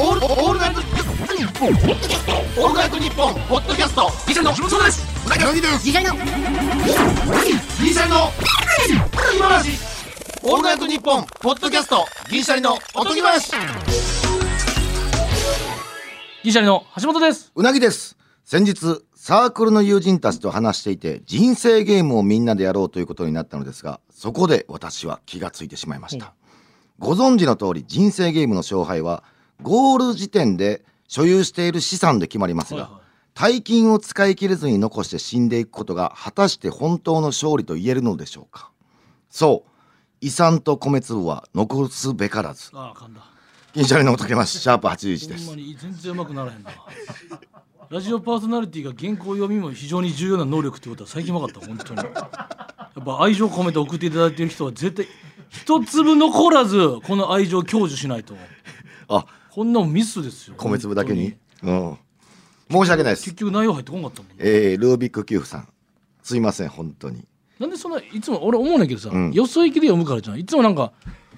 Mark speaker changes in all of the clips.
Speaker 1: オールオールナイトニッポンオールナイトニッポンポッドキャストギシャリの木本そうですうなぎの
Speaker 2: 次回の
Speaker 1: ギシャリの今話オールナイトニッポンポッドキャストギシャリのおとぎ話
Speaker 3: 銀シャリの橋本です。
Speaker 4: うなぎです先日サークルの友人たちと話していて人生ゲームをみんなでやろうということになったのですがそこで私は気がついてしまいました、ご存知の通り人生ゲームの勝敗はゴール時点で所有している資産で決まりますが、
Speaker 3: はいはい
Speaker 4: 大金を使い切れずに残して死んでいくことが果たして本当の勝利と言えるのでしょうかそう遺産と米粒は残すべからず
Speaker 3: ああ、噛んだ。
Speaker 4: 銀シャリのおとけますシャープ81です
Speaker 3: ほんまに全然うまくならへんな。 ラジオパーソナリティが原稿読みも非常に重要な能力ってことは最近分かった本当にやっぱ愛情込めて送っていただいてる人は絶対一粒残らずこの愛情を享受しないと
Speaker 4: あ
Speaker 3: こんなもんミスですよ
Speaker 4: 米粒だけにうん申し訳ないです
Speaker 3: 結局内容入ってこんかったもんね
Speaker 4: えー、ルービックキューブさんすいません本当に
Speaker 3: なんでそんないつも俺思うねんけどさ、
Speaker 4: ん
Speaker 3: よそ行きで読むからじゃんいつもなんか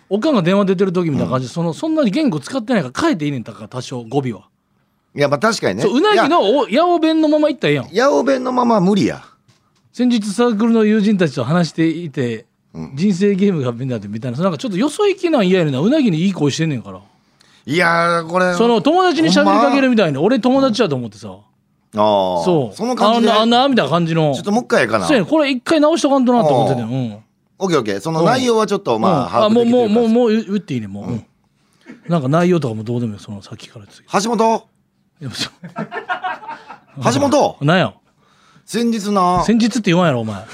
Speaker 3: おかんが電話出てる時みたいな感じで、そのそんなに言語使ってないから書いていいねんだから多少語尾は、
Speaker 4: いやまあ確かにね
Speaker 3: そううなぎ
Speaker 4: いや
Speaker 3: のお八百弁のまま行ったらええやん
Speaker 4: 八百弁のまま無理や
Speaker 3: 先日サークルの友人たちと話していて、人生ゲームがみんなでみたいななんかちょっとよそ行きなん嫌やねんなうなぎにいい声してんねんから、
Speaker 4: いやーこれ
Speaker 3: その友達に喋りかけるみたいな俺友達やと思ってさ、
Speaker 4: ああ
Speaker 3: そう
Speaker 4: その感じで
Speaker 3: あんなあんなみたいな感じの
Speaker 4: ちょっともう一回やかな
Speaker 3: そうやねんこれ一回直しとかんとなと思っててうん
Speaker 4: オッケーオッケーその内容はちょっとまあ、
Speaker 3: うんあ
Speaker 4: 把
Speaker 3: も
Speaker 4: 握
Speaker 3: う
Speaker 4: できて
Speaker 3: もう
Speaker 4: る
Speaker 3: もう
Speaker 4: う
Speaker 3: もう言っていいねもう、うんなんか内容とかもどうでもいいよそのさっきからですけど
Speaker 4: 橋本
Speaker 3: でもそ
Speaker 4: 橋本
Speaker 3: うなんや
Speaker 4: 先日な
Speaker 3: 先日って言わんやろお前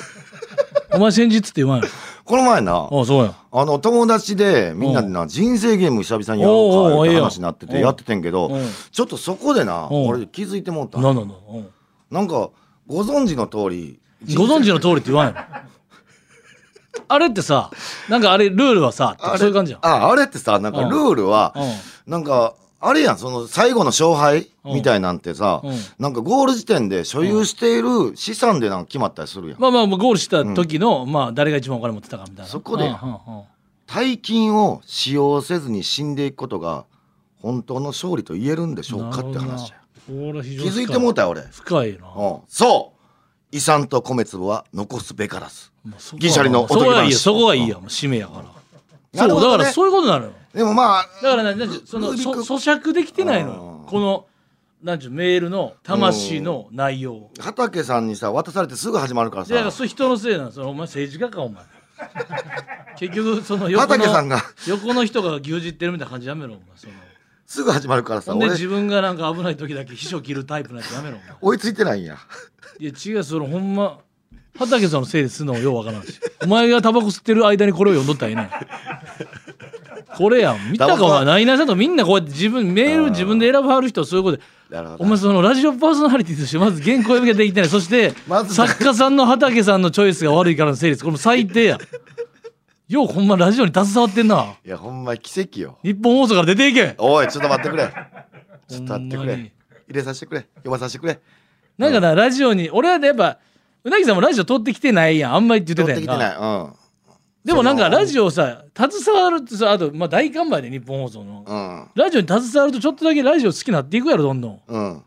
Speaker 3: お前先日って言わんやろ
Speaker 4: この前な
Speaker 3: ああそうや
Speaker 4: あの友達でみんなでな人生ゲーム久々にやろうか
Speaker 3: おうおう
Speaker 4: っ
Speaker 3: ええ
Speaker 4: て
Speaker 3: やん
Speaker 4: 話になっててやっててんけど
Speaker 3: うん
Speaker 4: ちょっとそこでな
Speaker 3: うん
Speaker 4: 俺気づいてもうた
Speaker 3: なんなんなんうん
Speaker 4: なんかご存知の通り
Speaker 3: ご存知の通りって言わん やろあれってさなんかあれルールはさ
Speaker 4: あれ
Speaker 3: そういう感じやん
Speaker 4: ああれってさなんか
Speaker 3: うん
Speaker 4: ルールは、
Speaker 3: う
Speaker 4: なんかあれやんその最後の勝敗みたいなんてさ、
Speaker 3: うん
Speaker 4: なんかゴール時点で所有している資産でなんか決まったりするやん、
Speaker 3: まあまあもうゴールした時の、まあ誰が一番お金持ってたかみたいな
Speaker 4: そこで
Speaker 3: うんうんうん
Speaker 4: 大金を使用せずに死んでいくことが本当の勝利と言えるんでしょうかって話や
Speaker 3: なるほどなこれ非
Speaker 4: 気
Speaker 3: 常に
Speaker 4: づいてもうたよ俺、うん、
Speaker 3: 深いな、
Speaker 4: そう遺産と米粒は残すべからず
Speaker 3: まあそこは
Speaker 4: 銀シャリのおとぎ
Speaker 3: そこ
Speaker 4: 話
Speaker 3: はいいよそこはいいよ、もう使命やから、
Speaker 4: なる
Speaker 3: そう
Speaker 4: ほ
Speaker 3: だ
Speaker 4: ど
Speaker 3: か
Speaker 4: ね
Speaker 3: らそういうことなのよ
Speaker 4: でもまあ
Speaker 3: だからななんちゅうその
Speaker 4: ルービッ
Speaker 3: そ
Speaker 4: ク
Speaker 3: 咀嚼できてないのよ
Speaker 4: うん
Speaker 3: このなんちゅうメールの魂の内容を
Speaker 4: 畑さんにさ渡されてすぐ始まるから
Speaker 3: でだから
Speaker 4: さ
Speaker 3: それ人のせいなんですよお前政治家か お前結局その横の
Speaker 4: 畑さんが
Speaker 3: 横の人が牛耳ってるみたいな感じやめろお前その
Speaker 4: すぐ始まるから
Speaker 3: ほ
Speaker 4: さ
Speaker 3: んで
Speaker 4: 俺
Speaker 3: 自分がなんか危ない時だけ秘書切るタイプなんてやめろお
Speaker 4: 追
Speaker 3: 前
Speaker 4: いついてないんや
Speaker 3: いや違うそのほんま畑さんのせいですんのもようわからんしお前がタバコ吸ってる間にこれを読んどったらええねんこれやん見た
Speaker 4: タバ
Speaker 3: か
Speaker 4: コ
Speaker 3: お
Speaker 4: は
Speaker 3: 前ナイナイさんとみんなこうやって自分メール自分で選ばはる人はそういうことで
Speaker 4: なるほど
Speaker 3: お前そのラジオパーソナリティとしてまず原稿読みができてないそして
Speaker 4: まず
Speaker 3: 作家さんの畑さんのチョイスが悪いからの成立これも最低やようほんまラジオに携わってんない
Speaker 4: やほんま奇跡よ
Speaker 3: 日本放送から出ていけ
Speaker 4: おいちょっと待ってく れちょっと
Speaker 3: ほ
Speaker 4: 待
Speaker 3: ん
Speaker 4: って
Speaker 3: ま
Speaker 4: く
Speaker 3: に
Speaker 4: れ入れさせてくれ呼ばさせてくれ
Speaker 3: なんかなラジオに俺はねやっぱうなぎさんもラジオ通ってきてないやんあんまりって言
Speaker 4: 取
Speaker 3: って
Speaker 4: って
Speaker 3: た
Speaker 4: き
Speaker 3: や
Speaker 4: て
Speaker 3: んか
Speaker 4: ないうん
Speaker 3: でもなんか
Speaker 4: その
Speaker 3: ラジオさ携わるってさあとまあ大看板で日本放送の
Speaker 4: うん
Speaker 3: ラジオに携わるとちょっとだけラジオ好きになっていくやろどんどん
Speaker 4: うん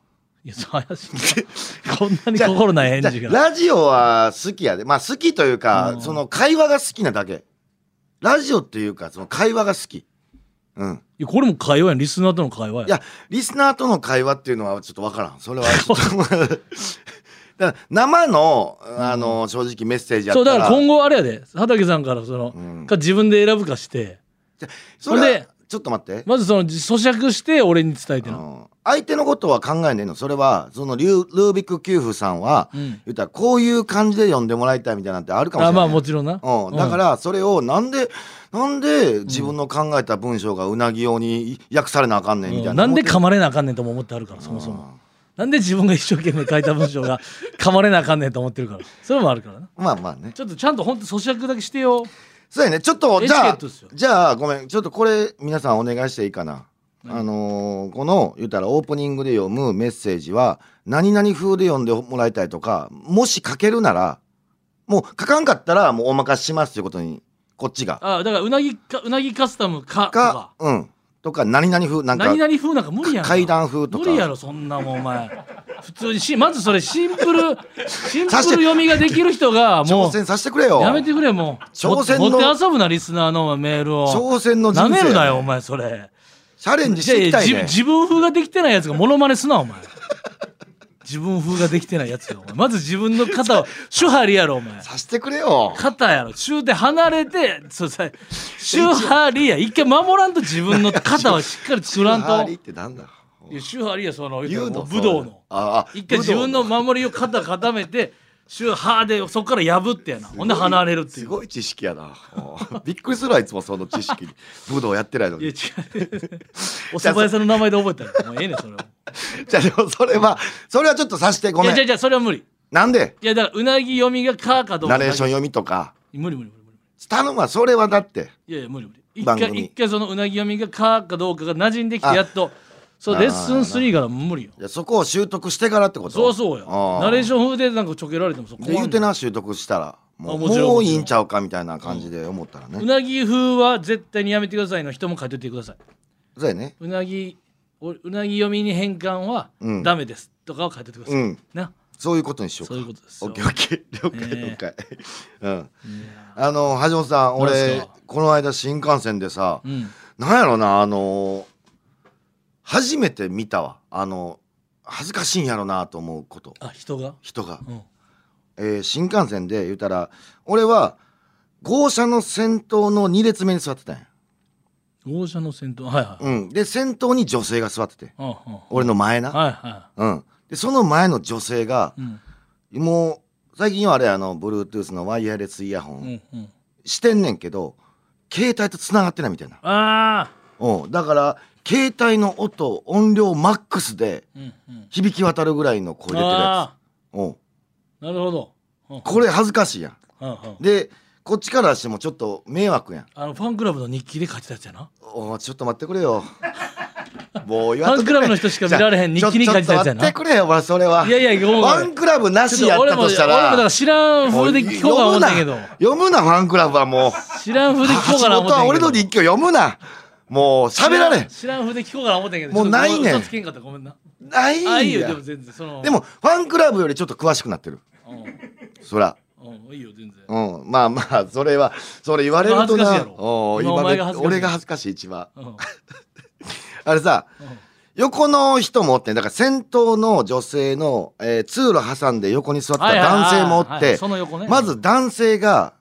Speaker 3: いやそう怪しい なこんなに心ない返事
Speaker 4: じゃあ
Speaker 3: が
Speaker 4: ラジオは好きやでまあ好きというか、その会話が好きなだけラジオっていうかその会話が好きうん
Speaker 3: いやこれも会話やんリスナーとの会話やん
Speaker 4: いやリスナーとの会話っていうのはちょっとわからんそれはちょ っとだから生のあの、正直メッセージやった
Speaker 3: そう
Speaker 4: ら
Speaker 3: だから今後あれやで畑さんからその、か自分で選ぶかして
Speaker 4: それは
Speaker 3: ほんで
Speaker 4: ちょっと待って、
Speaker 3: まずそのじ咀嚼して俺に伝えて
Speaker 4: う
Speaker 3: な、
Speaker 4: ん相手のことは考えねえのそれはそのリュールービックキューフさんは、
Speaker 3: うん
Speaker 4: 言ったらこういう感じで読んでもらいたいみたいなんてあるかもしれ
Speaker 3: あ
Speaker 4: ない
Speaker 3: まあもちろんな、
Speaker 4: うん、だからそれをなんで、なんで自分の考えた文章がうなぎ用に訳されなあかんね
Speaker 3: うん
Speaker 4: んみたいな、
Speaker 3: なんで噛まれなあかんねんとも思ってあるからそもそも、なんで自分が一生懸命書いた文章 が噛まれなあかんねんと思ってるからそれもあるからな
Speaker 4: まあまあね
Speaker 3: ちょっとちゃんと本当咀嚼だけしてよ
Speaker 4: そうやねちょっと
Speaker 3: エ
Speaker 4: じ
Speaker 3: チケ
Speaker 4: ゃ
Speaker 3: ッ
Speaker 4: あ
Speaker 3: トですよ
Speaker 4: じゃあごめんちょっとこれ皆さんお願いしていいかな、あのーこの言ったらオープニングで読むメッセージは何々風で読んでもらいたいとかもし書けるならもう書かんかったらもうお任せしますということにこっちが
Speaker 3: あだからうなぎかうなぎカスタムかとか
Speaker 4: かうんとか何々風なんか
Speaker 3: 何々風なんか無理やんか
Speaker 4: 階段風とか
Speaker 3: 無理やろそんなもんお前普通にしまずそれシン プルシンプル読みができる人がも
Speaker 4: 挑
Speaker 3: う
Speaker 4: 戦させてくれよ
Speaker 3: やめてくれもう
Speaker 4: 挑戦の
Speaker 3: 持って遊ぶなリスナーのメールを
Speaker 4: 挑戦の人
Speaker 3: な
Speaker 4: 生
Speaker 3: めるなよお前それ
Speaker 4: チャレンジしていきたい
Speaker 3: じ
Speaker 4: ね
Speaker 3: 自分風ができてないやつがモノマネすなお前 自分風ができてないやつよお前まず自分の肩を手張りやろお前
Speaker 4: させてくれよ
Speaker 3: 肩やろ中で離れてそうさ手張りや一回守らんと自分の肩はしっかり作らん
Speaker 4: ハー
Speaker 3: と
Speaker 4: リーってなんだ
Speaker 3: いや手張りやその
Speaker 4: 言うの
Speaker 3: 武道の
Speaker 4: ああ
Speaker 3: 一回自分の
Speaker 4: 武
Speaker 3: 守りを肩固めて手張でそこから破ってやなほんで離れるってい
Speaker 4: す
Speaker 3: う
Speaker 4: ごい知識やな うんびっくりするわいつもその知識 に武道やってないの
Speaker 3: いや違
Speaker 4: に
Speaker 3: う お蕎麦屋さんの名前で覚えたらも うええねんそれは
Speaker 4: じゃあでもそれはそれはちょっとさしてご
Speaker 3: い
Speaker 4: め
Speaker 3: やじゃ
Speaker 4: ん
Speaker 3: あじゃあそれは無理
Speaker 4: なんで
Speaker 3: いやだからうなぎ読みが「か」かどうか
Speaker 4: ナレーション読みとか
Speaker 3: 無理無理無理無理
Speaker 4: 頼むわそれはだって
Speaker 3: いやいや無理無理一
Speaker 4: 番
Speaker 3: 回
Speaker 4: 組
Speaker 3: 一回そのうなぎ読みが「か」かどうかが馴染んできてやっとそうレッスン3から無理よ
Speaker 4: いやそこを習得してからってこと
Speaker 3: そうそうや
Speaker 4: ああ
Speaker 3: ナレーション風でなんかちょけられてもそこ
Speaker 4: で言うてな習得したらもう
Speaker 3: あもちろん
Speaker 4: もういいんちゃうかみたいな感じで思ったら
Speaker 3: う
Speaker 4: ね
Speaker 3: なぎ風は絶対にやめてくださいの人も書いておいてください
Speaker 4: そうやね
Speaker 3: うなぎおうなぎ読みに変換は
Speaker 4: うん
Speaker 3: ダメですとかを書いておいてくださ
Speaker 4: う
Speaker 3: い、
Speaker 4: ん
Speaker 3: な
Speaker 4: そういうことにしようか
Speaker 3: そういうことです
Speaker 4: オ
Speaker 3: よ
Speaker 4: ッケーオッケー了解
Speaker 3: ね
Speaker 4: 了解うんあの橋本さん
Speaker 3: 何です
Speaker 4: 俺
Speaker 3: か
Speaker 4: この間新幹線でさ
Speaker 3: うん
Speaker 4: なんやろなあの初めて見たわあの恥ずかしいんやろなと思うこと
Speaker 3: あ人が
Speaker 4: 人が、
Speaker 3: うん
Speaker 4: えー新幹線で言うたら俺は号車の先頭の2列目に座ってたんや
Speaker 3: 王者の戦闘はいはい、
Speaker 4: うんで先頭に女性が座ってて
Speaker 3: うんうん
Speaker 4: 俺の前な、
Speaker 3: はいは
Speaker 4: うんでその前の女性が
Speaker 3: いうん
Speaker 4: もう最近はあれあの Bluetooth のワイヤレスイヤホ
Speaker 3: う
Speaker 4: ン
Speaker 3: んうん
Speaker 4: してんねんけど携帯と繋がってないみたいな
Speaker 3: ああ
Speaker 4: うんだから携帯の音音量マックスで
Speaker 3: うんうん
Speaker 4: 響き渡るぐらいの声出てるや
Speaker 3: あ
Speaker 4: つうん
Speaker 3: ーなるほど、うん
Speaker 4: これ恥ずかしいやん
Speaker 3: うんうん
Speaker 4: でこっちからしてもちょっと迷惑やん
Speaker 3: あのファンクラブの日記で書いてたやつやな
Speaker 4: おーちょっと待ってくれ よもう言
Speaker 3: フ
Speaker 4: わんと
Speaker 3: ァン
Speaker 4: くれ
Speaker 3: クラブの人しか見られへん日記に書いてたやつ
Speaker 4: ちょ
Speaker 3: やな
Speaker 4: っと待ってくれよお前それはい
Speaker 3: やいやごめん
Speaker 4: フ
Speaker 3: ごめ
Speaker 4: ァ
Speaker 3: ん
Speaker 4: ンクラブなし
Speaker 3: ちょ
Speaker 4: や
Speaker 3: っ
Speaker 4: っ
Speaker 3: と俺
Speaker 4: た
Speaker 3: も
Speaker 4: と
Speaker 3: 俺
Speaker 4: した
Speaker 3: もだからら知らん風で聞こうかな思
Speaker 4: も
Speaker 3: っ
Speaker 4: う
Speaker 3: たんやけど
Speaker 4: 読むなファンクラブはもう
Speaker 3: 知らん風で聞こうかな
Speaker 4: 橋
Speaker 3: 思っ
Speaker 4: 本
Speaker 3: た
Speaker 4: は
Speaker 3: んやけ
Speaker 4: 俺
Speaker 3: ど
Speaker 4: の日記を読むなもう喋られん
Speaker 3: 知らん風で聞こうかな思ったんやけど
Speaker 4: もうないねん
Speaker 3: ちょっと嘘つけんかったごめんな
Speaker 4: ない
Speaker 3: あいい
Speaker 4: ん
Speaker 3: よで
Speaker 4: や
Speaker 3: も全然その
Speaker 4: でもファンクラブよりちょっと詳しくなってる
Speaker 3: う
Speaker 4: そら
Speaker 3: ん、うん、いいよ全然
Speaker 4: うんまあまあそれはそれ言われると
Speaker 3: 恥ずかしい
Speaker 4: な
Speaker 3: やろ
Speaker 4: お
Speaker 3: 今お前が恥ずかしい
Speaker 4: 俺が恥ずかしい一番
Speaker 3: う んうん
Speaker 4: あれさ横の人もおってだから先頭の女性の、えー通路挟んで横に座ってた
Speaker 3: はいはいはい
Speaker 4: 男性もおっ
Speaker 3: はいはい
Speaker 4: て
Speaker 3: その横ね
Speaker 4: まず男性が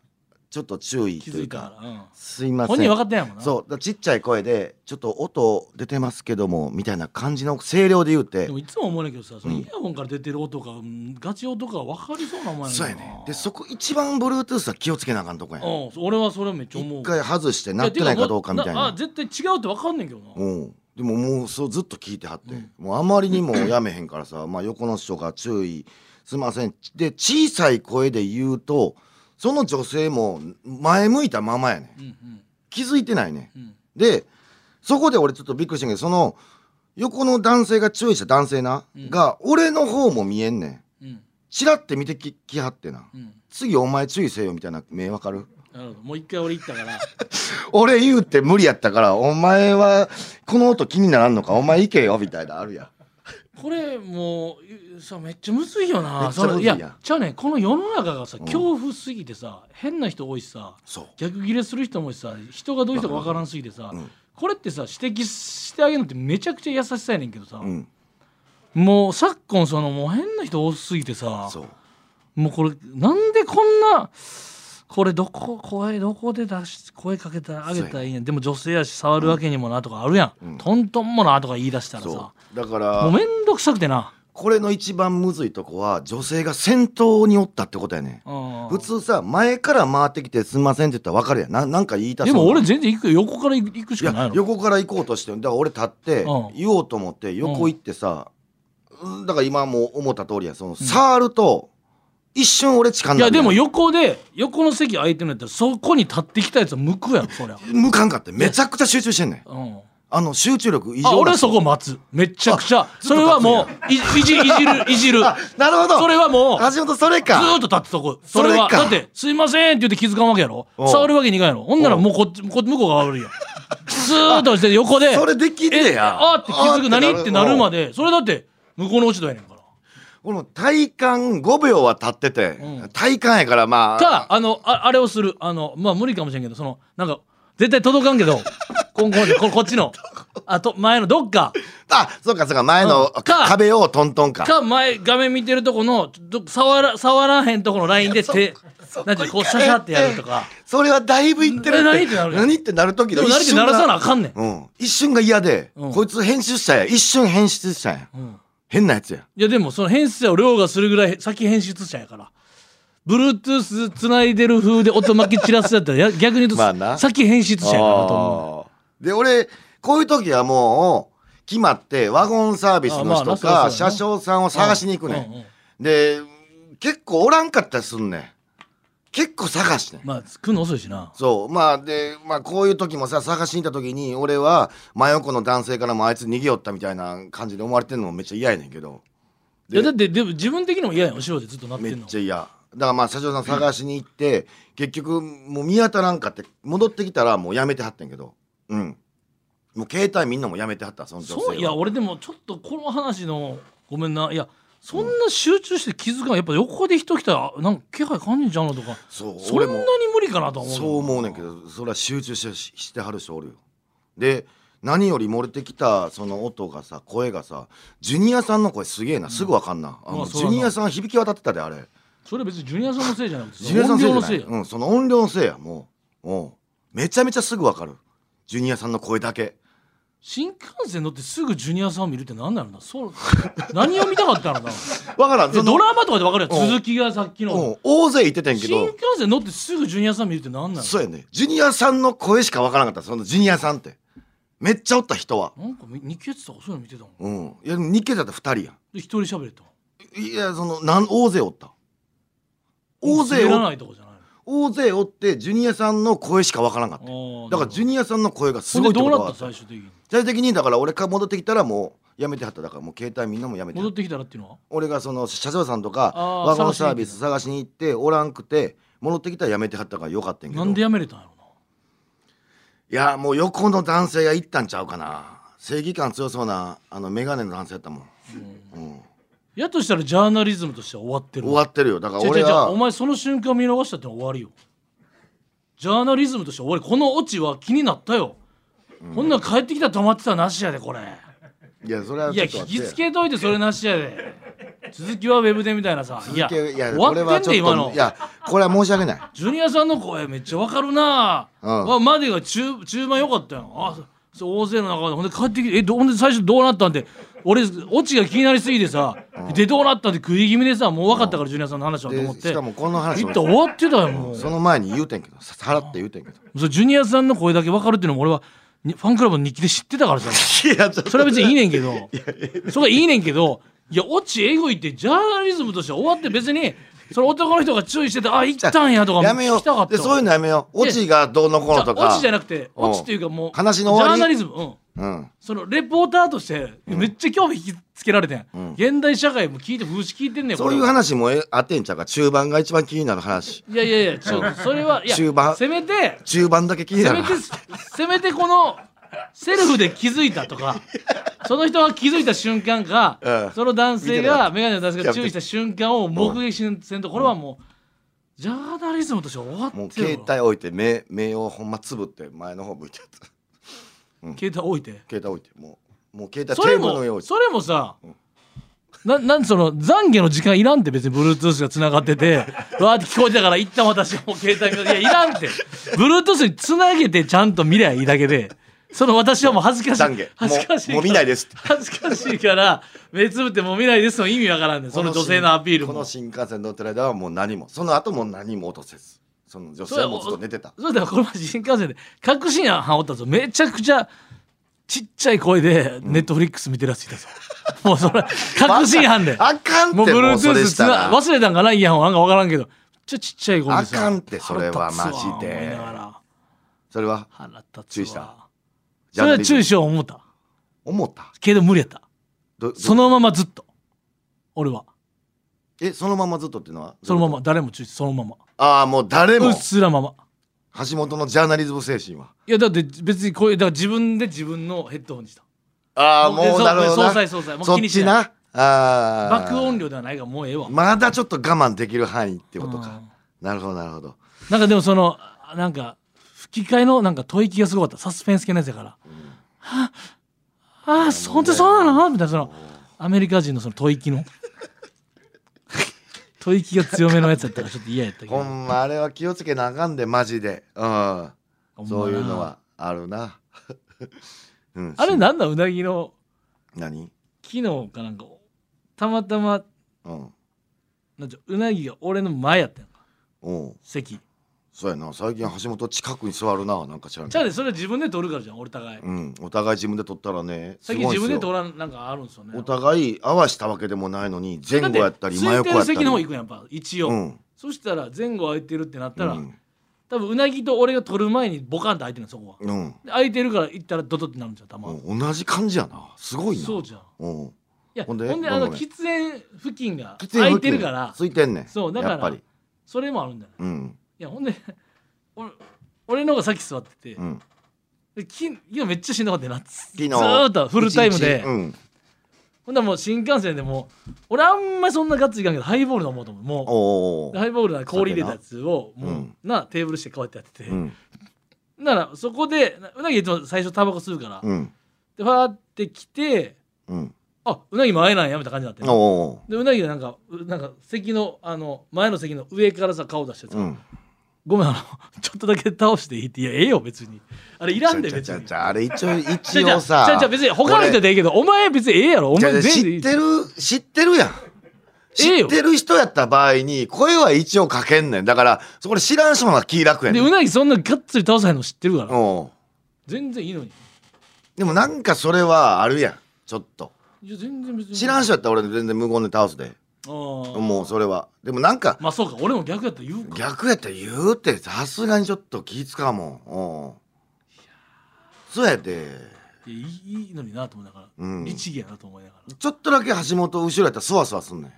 Speaker 4: ちょっと注意
Speaker 3: 気
Speaker 4: と
Speaker 3: づ
Speaker 4: い
Speaker 3: いうたか、
Speaker 4: から
Speaker 3: うん、
Speaker 4: すいません
Speaker 3: 本人分かってんやもんな
Speaker 4: そうだからちっちゃい声でちょっと音出てますけどもみたいな感じの声量で言うて
Speaker 3: でもいつも思うねんけどさその
Speaker 4: うん
Speaker 3: イヤホンから出てる音か、うんガチ音か分かりそうなお前
Speaker 4: そうやねでそこ一番 Bluetooth は気をつけなあかんとこやね
Speaker 3: うん俺はそれめっちゃ思う
Speaker 4: 一回外して鳴ってないかどうかみたい
Speaker 3: や
Speaker 4: な
Speaker 3: てかもうあ絶対違うって分かんねんけどな、
Speaker 4: うんでももうそうずっと聞いてはって、もうあまりにもやめへんからさ、まあ、横の人が注意すいませんで小さい声で言うとその女性も前向いたままやねん
Speaker 3: うんうん
Speaker 4: 気づいてないねん
Speaker 3: うん
Speaker 4: でそこで俺ちょっとびっくりしたんやけどその横の男性が注意した男性な、
Speaker 3: うん
Speaker 4: が俺の方も見えんねん
Speaker 3: うん
Speaker 4: チラって見てききはってな
Speaker 3: うん
Speaker 4: 次お前注意せよみたいな目わかる
Speaker 3: なるほどもう一回俺行ったから
Speaker 4: 俺言うて無理やったからお前はこの音気にならんのかお前行けよみたいなあるやん
Speaker 3: これもうさめっちゃむずいよな
Speaker 4: めっちゃむずいやん
Speaker 3: そのやじゃあねこの世の中がさ恐怖すぎてさ、変な人多いしさ
Speaker 4: そう
Speaker 3: 逆ギレする人も多いしさ人がどういう人か分からんすぎてさ、
Speaker 4: うん
Speaker 3: これってさ指摘してあげるのってめちゃくちゃ優しさやねんけどさ、
Speaker 4: うん
Speaker 3: もう昨今そのもう変な人多すぎてさ
Speaker 4: そう
Speaker 3: もうこれなんでこんなこれどこ声どこで出し声かけてあげたらいいんやでも女性やし触るわけにもなとかあるやん、
Speaker 4: うん
Speaker 3: トントンもなとか言い出したらさも
Speaker 4: そうだか
Speaker 3: う
Speaker 4: ら
Speaker 3: めんどくさくてな。
Speaker 4: これの一番むずいとこは女性が先頭におったってことやね
Speaker 3: うん
Speaker 4: 普通さ前から回ってきて「すんません」って言ったら分かるやんななんか言いたそ
Speaker 3: で
Speaker 4: うな
Speaker 3: も俺全然行くよ横から行く行くし
Speaker 4: い
Speaker 3: かない
Speaker 4: や
Speaker 3: の
Speaker 4: 横から行こうとしてだから俺立って
Speaker 3: うん
Speaker 4: 言おうと思って横行ってさ、うんだから今もう思った通りやその、触ると一瞬俺痴漢
Speaker 3: い
Speaker 4: にな
Speaker 3: や
Speaker 4: る
Speaker 3: で
Speaker 4: やん
Speaker 3: も横で横の席空いてるんやったらそこに立ってきたやつは向くやろそりゃ、
Speaker 4: 向かんかってめちゃくちゃ集中してんねん
Speaker 3: うん、
Speaker 4: あの集中力異常
Speaker 3: あ
Speaker 4: な
Speaker 3: 俺はそこ待つめっちゃくちゃ
Speaker 4: ずっと立つ
Speaker 3: そ
Speaker 4: んや
Speaker 3: れはもういいじいじるいじ る
Speaker 4: あなるほど
Speaker 3: それはもう
Speaker 4: 橋本それ
Speaker 3: ずー
Speaker 4: か
Speaker 3: っと立ってとこそれは
Speaker 4: それか
Speaker 3: だって「すいません」って言って気づかんわけやろ
Speaker 4: うん
Speaker 3: 触るわけにいかんやろほんなら
Speaker 4: うん
Speaker 3: もうこっちこ向こうが悪いやんスーッとして横 で
Speaker 4: それできんね
Speaker 3: え
Speaker 4: や
Speaker 3: あーって気づく
Speaker 4: あー
Speaker 3: 何ってなるま
Speaker 4: で
Speaker 3: でそれだって向こうの落ち度やねんから
Speaker 4: この体感5秒は経ってて、
Speaker 3: うん
Speaker 4: 体感やからまあ
Speaker 3: かあのああれをするあのまあ無理かもしれんけどそのなんか絶対届かん けどこんこんここっちのあと前のどっか
Speaker 4: あそうかそうか前の
Speaker 3: うんか
Speaker 4: 壁をトントンか
Speaker 3: か前画面見てるとこのちょっと触ら触らへんとこのラインで手なんていうのこうシャシャってやるとか
Speaker 4: それはだいぶいってる
Speaker 3: え何ってなるやん
Speaker 4: 何ってなる時
Speaker 3: で
Speaker 4: の一
Speaker 3: も慣れて
Speaker 4: 瞬
Speaker 3: 鳴らさなあ
Speaker 4: が、
Speaker 3: かんねん、
Speaker 4: うん、一瞬が嫌で、
Speaker 3: うん
Speaker 4: こいつ編集者や一瞬編集者や
Speaker 3: うん、
Speaker 4: 変なやつや
Speaker 3: いやでもその編集者を凌駕するぐらい先編集者やから Bluetooth つないでる風で音巻き散らすやったらや 逆に言う
Speaker 4: まあな
Speaker 3: と先編集者やなと思う
Speaker 4: あーで俺こういう時はもう決まってワゴンサービスの
Speaker 3: あま
Speaker 4: 人
Speaker 3: あそうそう
Speaker 4: か
Speaker 3: やな
Speaker 4: 車掌さんを探しに行くねん、
Speaker 3: うんうん
Speaker 4: で結構おらんかったりすんねん結構探してん
Speaker 3: まあ来るの遅いしな
Speaker 4: そうまあで、まあ、こういう時もさ探しに行った時に俺は真横の男性からもあいつ逃げよったみたいな感じで思われてるのもめっちゃ嫌やねんけど
Speaker 3: いやだってでも自分的にも嫌やん後ろでずっとなって
Speaker 4: めっ
Speaker 3: んの
Speaker 4: ちゃ嫌だからまあ社長さん探しに行って結局もう見当たらんかって戻ってきたらもうやめてはってんけどうんもう携帯みんなもやめてはったその女性は
Speaker 3: そういや俺でもちょっとこの話のごめんないやそんな集中して気づかんやっぱ横で人来たらあなんか気配感じちゃうのとか
Speaker 4: そう
Speaker 3: そ
Speaker 4: 俺
Speaker 3: んなに
Speaker 4: も
Speaker 3: 無理かなとは思う
Speaker 4: そう思うねんけどそれは集中してししてはる人おるよで何より漏れてきたその音がさ声がさジュニアさんの声すげえなすぐわかんな、あ
Speaker 3: ま
Speaker 4: の
Speaker 3: あそう
Speaker 4: ジ
Speaker 3: や
Speaker 4: ュ
Speaker 3: な
Speaker 4: ニアさん響き渡ってたであれ
Speaker 3: それは別にジュニアさんのせいじゃなくて
Speaker 4: ジュニアさん
Speaker 3: 音量
Speaker 4: の
Speaker 3: の
Speaker 4: せ
Speaker 3: せ
Speaker 4: い
Speaker 3: い
Speaker 4: じ
Speaker 3: や
Speaker 4: ゃない、うん、その音量のせいやもううんめちゃめちゃすぐわかるジュニアさんの声だけ
Speaker 3: 新幹線乗ってすぐジュニアさんを見るって何なのなそう 何を見たかったのな
Speaker 4: わからん
Speaker 3: で
Speaker 4: その
Speaker 3: ドラマとかで分かる
Speaker 4: う
Speaker 3: や
Speaker 4: ん
Speaker 3: ん続きがさっき
Speaker 4: う
Speaker 3: の
Speaker 4: ん、大勢いててんけ
Speaker 3: 新
Speaker 4: ど
Speaker 3: 幹線乗ってすぐジュニアさん見るって何なの
Speaker 4: そうやねジュニアさんの声しかわからなかったそのジュニアさんってめっちゃおった人は
Speaker 3: なんかみ日経とかそういうの見てたもん
Speaker 4: うんいやでも日系だったら2人やん
Speaker 3: で一人喋れた
Speaker 4: いやそのなん大勢おった大勢
Speaker 3: 知ら
Speaker 4: お
Speaker 3: ないとこじゃない
Speaker 4: 大勢おってジュニアさんの声しかわからなかった
Speaker 3: の
Speaker 4: だからジュ
Speaker 3: ニ
Speaker 4: ニアさんの声がす
Speaker 3: ほ
Speaker 4: ご
Speaker 3: ん
Speaker 4: い
Speaker 3: で
Speaker 4: ってこ
Speaker 3: どう
Speaker 4: とが
Speaker 3: なっ
Speaker 4: 分
Speaker 3: た
Speaker 4: かった
Speaker 3: 最終的に
Speaker 4: 最終的にだから俺が戻ってきたらもうやめてはっただからもう携帯みんなもやめては
Speaker 3: 戻
Speaker 4: っ
Speaker 3: ったてきたらっていうのは
Speaker 4: 俺がその車掌さんとか
Speaker 3: あー
Speaker 4: ワゴンサービス
Speaker 3: 探
Speaker 4: 探し
Speaker 3: しに
Speaker 4: に行っておらんくて戻ってきたらやめてはったからよかったんやけど
Speaker 3: なんでやめれたんやろ
Speaker 4: いやもう横の男性が行ったんちゃうかな正義感強そうなあの眼鏡の男性やったもん、うん
Speaker 3: なやとしたらジャーナリズムとしては終わってる
Speaker 4: 終わってるよだから
Speaker 3: 違う違
Speaker 4: 俺
Speaker 3: う違うお
Speaker 4: は
Speaker 3: 前その瞬間見逃したってのは終わりよジャーナリズムとして俺このオチは気になったよ、こんなん帰ってきたら止まってたらなしやでこれ
Speaker 4: いやそれはいち
Speaker 3: や
Speaker 4: ょっと
Speaker 3: 聞
Speaker 4: 待
Speaker 3: き
Speaker 4: って
Speaker 3: つけといてそれなしやで続きはウェブでみたいなさいや
Speaker 4: 続けいやこ
Speaker 3: 終
Speaker 4: れ
Speaker 3: わ
Speaker 4: は
Speaker 3: って
Speaker 4: ち
Speaker 3: ん
Speaker 4: ょっ
Speaker 3: で
Speaker 4: と
Speaker 3: 今の
Speaker 4: いやこれは申し訳 ない
Speaker 3: ジュニアさんの声めっちゃわかるな、
Speaker 4: うん
Speaker 3: わまでが中中盤良かったよあそそう大勢の中でほんで帰ってきてえどほんで最初どうなったんで俺オチが気になりすぎてさ、でどうなったんで食い気味でさもう分かったから、ジュニアさんの話はと思っ
Speaker 4: で
Speaker 3: て
Speaker 4: しかもこの話
Speaker 3: 一
Speaker 4: も
Speaker 3: 旦終わってたよもう
Speaker 4: その前に言うてんけどささらって言うてんけど
Speaker 3: そうジュニアさんの声だけ分かるっていうのも俺はにファンクラブの日記で知って たからさ
Speaker 4: いやちょっと
Speaker 3: それは別にいいねんけどそれはいいねんけどいやオチエゴいってジャーナリズムとして終わって別にその男の人が注意しててあ行ったんやとか
Speaker 4: やめよ
Speaker 3: 聞きたか
Speaker 4: う
Speaker 3: った
Speaker 4: でそういうのやめようオチがどうのこうのとか
Speaker 3: オチじゃなくて
Speaker 4: うん
Speaker 3: オチっていうかもう
Speaker 4: 話の終わり
Speaker 3: ジャーナリズムうん
Speaker 4: うん
Speaker 3: そのレポーターとしてめっちゃ興味引きつけられてん、
Speaker 4: ん
Speaker 3: 現代社会も聞いて風刺聞いてんねん
Speaker 4: そういう話もえあってんちゃうか中盤が一番気になる話
Speaker 3: いやいやいやちょそれはいや
Speaker 4: 終盤
Speaker 3: せめて
Speaker 4: 中盤だけ気に
Speaker 3: せ
Speaker 4: な
Speaker 3: め
Speaker 4: る
Speaker 3: てせめてこのセルフで気づいたとかその人が気づいた瞬間か、
Speaker 4: うん
Speaker 3: その男性が眼鏡の男性が注意した瞬間を目撃せんとこれはもう、ジャーナリズムとして終わってる
Speaker 4: も
Speaker 3: わ
Speaker 4: う携帯置いて目目をほんまつぶって前の方向いてやった
Speaker 3: 携帯置いて
Speaker 4: 携帯置いてもうもう携帯
Speaker 3: それ
Speaker 4: テーブルのよう
Speaker 3: も
Speaker 4: に
Speaker 3: それもさ、ななんその懺悔の時間いらんって別に Bluetooth がつながっ ててわーって聞こえてたから一旦私はもう携帯見ていやいらんって Bluetooth につなげてちゃんと見りゃいいだけでその私はもう恥ずかし
Speaker 4: 懺
Speaker 3: い
Speaker 4: 悔
Speaker 3: 恥ずかしいから
Speaker 4: もうもう見ないですって
Speaker 3: 恥ずかしいから目つぶってもう見ないですの意味わからんねんその女性のアピール
Speaker 4: こ
Speaker 3: も
Speaker 4: の新幹線乗ってる間はもう何もその後も何も落とせずその女性もずっと寝てた
Speaker 3: そうだよこの前新幹線で確信犯おったぞめちゃくちゃちっちゃい声でネットフリックス見てるやついたぞ、もうそれ確信犯で
Speaker 4: あかんって
Speaker 3: もう
Speaker 4: もうそれ
Speaker 3: Bluetooth
Speaker 4: し
Speaker 3: つ
Speaker 4: たら
Speaker 3: な忘れたんかなイヤホンなんか分からんけどちょちっちゃい声でさ
Speaker 4: あかんってそれはマジで
Speaker 3: 腹立つわ思いながら
Speaker 4: それは
Speaker 3: 腹立つわ
Speaker 4: 注意した
Speaker 3: それは注意しよう思った
Speaker 4: 思った
Speaker 3: けど無理やった
Speaker 4: どど
Speaker 3: そのままずっと俺は
Speaker 4: えそのままずっとっていうのは
Speaker 3: そのまま誰も注意してそのまま
Speaker 4: ああもう誰
Speaker 3: う
Speaker 4: も
Speaker 3: っすらまま
Speaker 4: 橋本のジャーナリズム精神は。
Speaker 3: いやだって別にこういうだから自分で自分のヘッドホンにした
Speaker 4: ああ、も
Speaker 3: そう
Speaker 4: なるほど
Speaker 3: 総
Speaker 4: な。
Speaker 3: 裁総裁もう
Speaker 4: そ
Speaker 3: 気
Speaker 4: っ
Speaker 3: にし
Speaker 4: ち
Speaker 3: ない
Speaker 4: な。ああ。
Speaker 3: 爆音量ではないがもうええわ
Speaker 4: まだちょっと我慢できる範囲ってこと
Speaker 3: う
Speaker 4: か
Speaker 3: ん。
Speaker 4: なるほど、なるほど。
Speaker 3: なんかでもそのあなんか吹き替えのなんか吐息がすごかったサスペンス系のやつやから、ああ本当にそうなのみたいなそのアメリカ人のその吐息 の吐息が強めのやつやったからちょっと嫌やったけど
Speaker 4: ほんま、あれは気をつけなあかんで、マジで。うん。
Speaker 3: ほんまな
Speaker 4: そういうのはあるな。 うん、
Speaker 3: あれ
Speaker 4: な
Speaker 3: なんだうなぎの
Speaker 4: 何
Speaker 3: 機能かなんかたまたま
Speaker 4: うん。
Speaker 3: なんちゃううなぎが俺の前やったんか
Speaker 4: おう
Speaker 3: 席
Speaker 4: そうやな。最近橋本近くに座るな。なんか知らん
Speaker 3: じ
Speaker 4: け
Speaker 3: ゃあ
Speaker 4: ど。
Speaker 3: ねそれ自分で取るからじゃん俺互い
Speaker 4: うん。お互い自分で撮ったらね。す
Speaker 3: 最
Speaker 4: ごい
Speaker 3: 近
Speaker 4: んす
Speaker 3: 自
Speaker 4: よ
Speaker 3: 分で取らんなんかあるんですよね
Speaker 4: お互い合わしたわけでもないのに前
Speaker 3: だっ
Speaker 4: 後
Speaker 3: て
Speaker 4: やったり真
Speaker 3: 空い
Speaker 4: 横
Speaker 3: て
Speaker 4: や
Speaker 3: る
Speaker 4: ったり
Speaker 3: 席の方行くやんやっぱ一応、
Speaker 4: うん
Speaker 3: そしたら前後空いてるってなったら、
Speaker 4: うん
Speaker 3: 多分うなぎと俺が取る前にボカンと開いてるのそこは
Speaker 4: うん
Speaker 3: で開いてるから行ったらドドってなるんじゃんたま、
Speaker 4: うん同じ感じやなすごいな
Speaker 3: そうじゃん
Speaker 4: うん
Speaker 3: いや
Speaker 4: ほ
Speaker 3: ほ
Speaker 4: ん
Speaker 3: ん
Speaker 4: で
Speaker 3: であ
Speaker 4: ご
Speaker 3: の
Speaker 4: めん
Speaker 3: 喫煙付近が
Speaker 4: 喫煙
Speaker 3: 開
Speaker 4: 付
Speaker 3: い
Speaker 4: 近
Speaker 3: てるから
Speaker 4: ついてんねん
Speaker 3: そうだから
Speaker 4: やっぱり
Speaker 3: それもあるんだよ
Speaker 4: うん
Speaker 3: いやほんで俺俺の方が先座ってて、
Speaker 4: うん
Speaker 3: でき昨日めっちゃしんどかったよなず
Speaker 4: 昨日
Speaker 3: ーっとフルタイムで
Speaker 4: 一日うん
Speaker 3: ほんならもう新幹線でもう俺あんまりそんなガッツいかんけどハイボール飲もうと思うも
Speaker 4: お
Speaker 3: う
Speaker 4: ー
Speaker 3: ハイボールなら氷入れたやつを
Speaker 4: な
Speaker 3: もう、
Speaker 4: うん
Speaker 3: なテーブルしてこうやってやってて、
Speaker 4: うん
Speaker 3: ならそこでなうなぎいつも最初タバコ吸うから、
Speaker 4: うん
Speaker 3: でファーって来て
Speaker 4: うん
Speaker 3: あうなぎ前なんやみたいな感じになってる
Speaker 4: おー
Speaker 3: でうなぎがなんかうなんか席のあの前の席の上からさ顔出してさ、
Speaker 4: うん
Speaker 3: ごめんあの ちょっとだけ倒していいっていやええよ別にあれいらんで
Speaker 4: ちゃち
Speaker 3: 別
Speaker 4: ゃ
Speaker 3: に
Speaker 4: ちゃちゃあれ一応
Speaker 3: ちゃ
Speaker 4: 一
Speaker 3: ちゃ
Speaker 4: 応さ
Speaker 3: ちゃちゃ別に他の人でええけどお前別にええやろお
Speaker 4: じゃ
Speaker 3: 前
Speaker 4: じゃ
Speaker 3: 全
Speaker 4: 知
Speaker 3: 然いい
Speaker 4: ってる知ってるやん
Speaker 3: ええ
Speaker 4: 知
Speaker 3: よ
Speaker 4: ってる人やった場合に声は一応かけんねんだからそこで知らん人の方が気楽や
Speaker 3: で
Speaker 4: ねん
Speaker 3: うなぎそんながっつり倒さへんの知ってるから、
Speaker 4: おう
Speaker 3: 全然いいのに
Speaker 4: でもなんかそれはあるやんちょっと
Speaker 3: いや全然別に
Speaker 4: 知らん人やったら俺全然無言で倒すで
Speaker 3: あー
Speaker 4: もうそれはでもなんか
Speaker 3: まあそうか俺も逆やったら言うか
Speaker 4: 逆やったら言うってさすがにちょっと気使うもんおうそうやで
Speaker 3: いやいいいいのになと思いながら、
Speaker 4: うん
Speaker 3: 律儀やなと思いながら
Speaker 4: ちょっとだけ橋本後ろやったらそわそわすんねん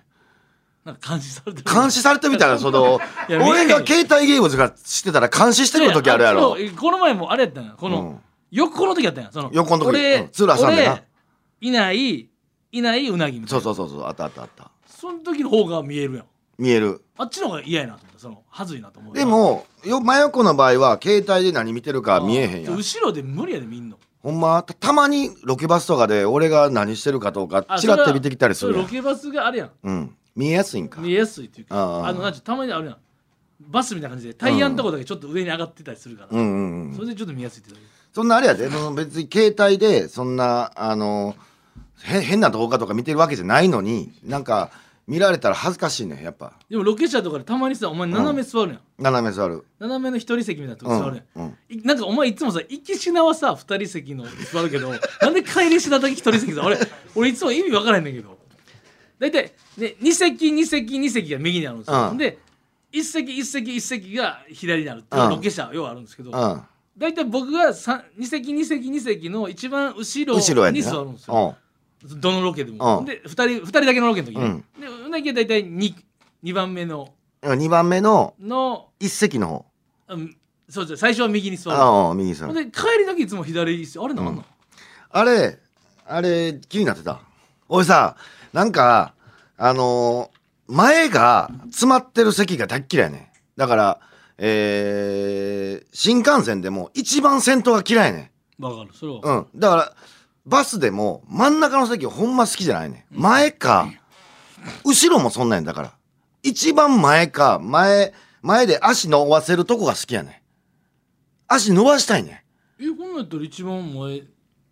Speaker 3: なんか監視されてる
Speaker 4: 監視されてみたいなその
Speaker 3: いや見えへん
Speaker 4: 俺が携帯ゲームとかしてたら監視してくる時あるやろ
Speaker 3: いやあっちのこの前もあれやったんやこの、
Speaker 4: うん
Speaker 3: 横の時やったんやその
Speaker 4: 横の時
Speaker 3: 俺、
Speaker 4: うん鶴挟んでな
Speaker 3: 俺いないいないうなぎみたい
Speaker 4: そう
Speaker 3: な
Speaker 4: そうそうそうあったあったあった
Speaker 3: その時の方が見えるやん
Speaker 4: 見える
Speaker 3: あっちの方が嫌やなと思ったそのはずいなと思う
Speaker 4: でもよ真横の場合は携帯で何見てるか見えへんやん
Speaker 3: 後ろで無理やで見んの
Speaker 4: ほんまたたまにロケバスとかで俺が何してるかどうか
Speaker 3: あ
Speaker 4: チラッと見てきたりす
Speaker 3: そ
Speaker 4: る
Speaker 3: れ
Speaker 4: やん
Speaker 3: はそれロケバスがあれやん
Speaker 4: うん見えやすいんか
Speaker 3: 見えやすいっていうか
Speaker 4: ああ
Speaker 3: あのなんちゅうたまにあるやんバスみたいな感じでタイヤのとこだけちょっと上に上がってたりするから、
Speaker 4: うんうんう
Speaker 3: そ
Speaker 4: ん
Speaker 3: れでちょっと見やすいってだけ
Speaker 4: そんなあれやでその別に携帯でそんなあのへ変な動画とか見てるわけじゃないのになんか見られたら恥ずかしいねやっぱ
Speaker 3: でもロケ車とかでたまにさお前斜め座るやん、
Speaker 4: 斜め座る
Speaker 3: 斜めの一人席みたいなとこ
Speaker 4: う
Speaker 3: 座るやん
Speaker 4: ん、うん
Speaker 3: いなんかお前いつもさ行きしなはさ二人席の座るけど なんで帰りしなだけ一人席さ俺俺いつも意味分からへんねんけど大体ね2席2席2席が右にあるんですよ、
Speaker 4: うん
Speaker 3: で1席1席1席が左にあるっていう
Speaker 4: うん
Speaker 3: ロケ車はようあるんですけど
Speaker 4: うん
Speaker 3: 大体、僕がさ2席2席2席の一番後ろ
Speaker 4: 後ろやね
Speaker 3: に
Speaker 4: んな
Speaker 3: 座るんですよ
Speaker 4: うん
Speaker 3: どのロケでも、
Speaker 4: うん
Speaker 3: で2人二人だけのロケの時ね、
Speaker 4: うん
Speaker 3: でうなぎは大体 2, 2番目の
Speaker 4: 2番目の
Speaker 3: の、
Speaker 4: 一席の方
Speaker 3: うん、そうじゃ最初は右に座る
Speaker 4: ああ右さ
Speaker 3: ほ
Speaker 4: ん
Speaker 3: んで帰りだけいつも左にしてあれなんなん、
Speaker 4: うんあれあれ気になってた俺さなんかあのー前が詰まってる席が大っ嫌いやねんだからえー新幹線でも一番先頭が嫌いやね
Speaker 3: わかるそれは、
Speaker 4: んうんだからバスでも真ん中の席ほんま好きじゃないねん前か後ろもそんなんやんだから一番前か前前で足伸ばせるとこが好きやねん足伸ばしたいねん
Speaker 3: えほんなんやったら一番前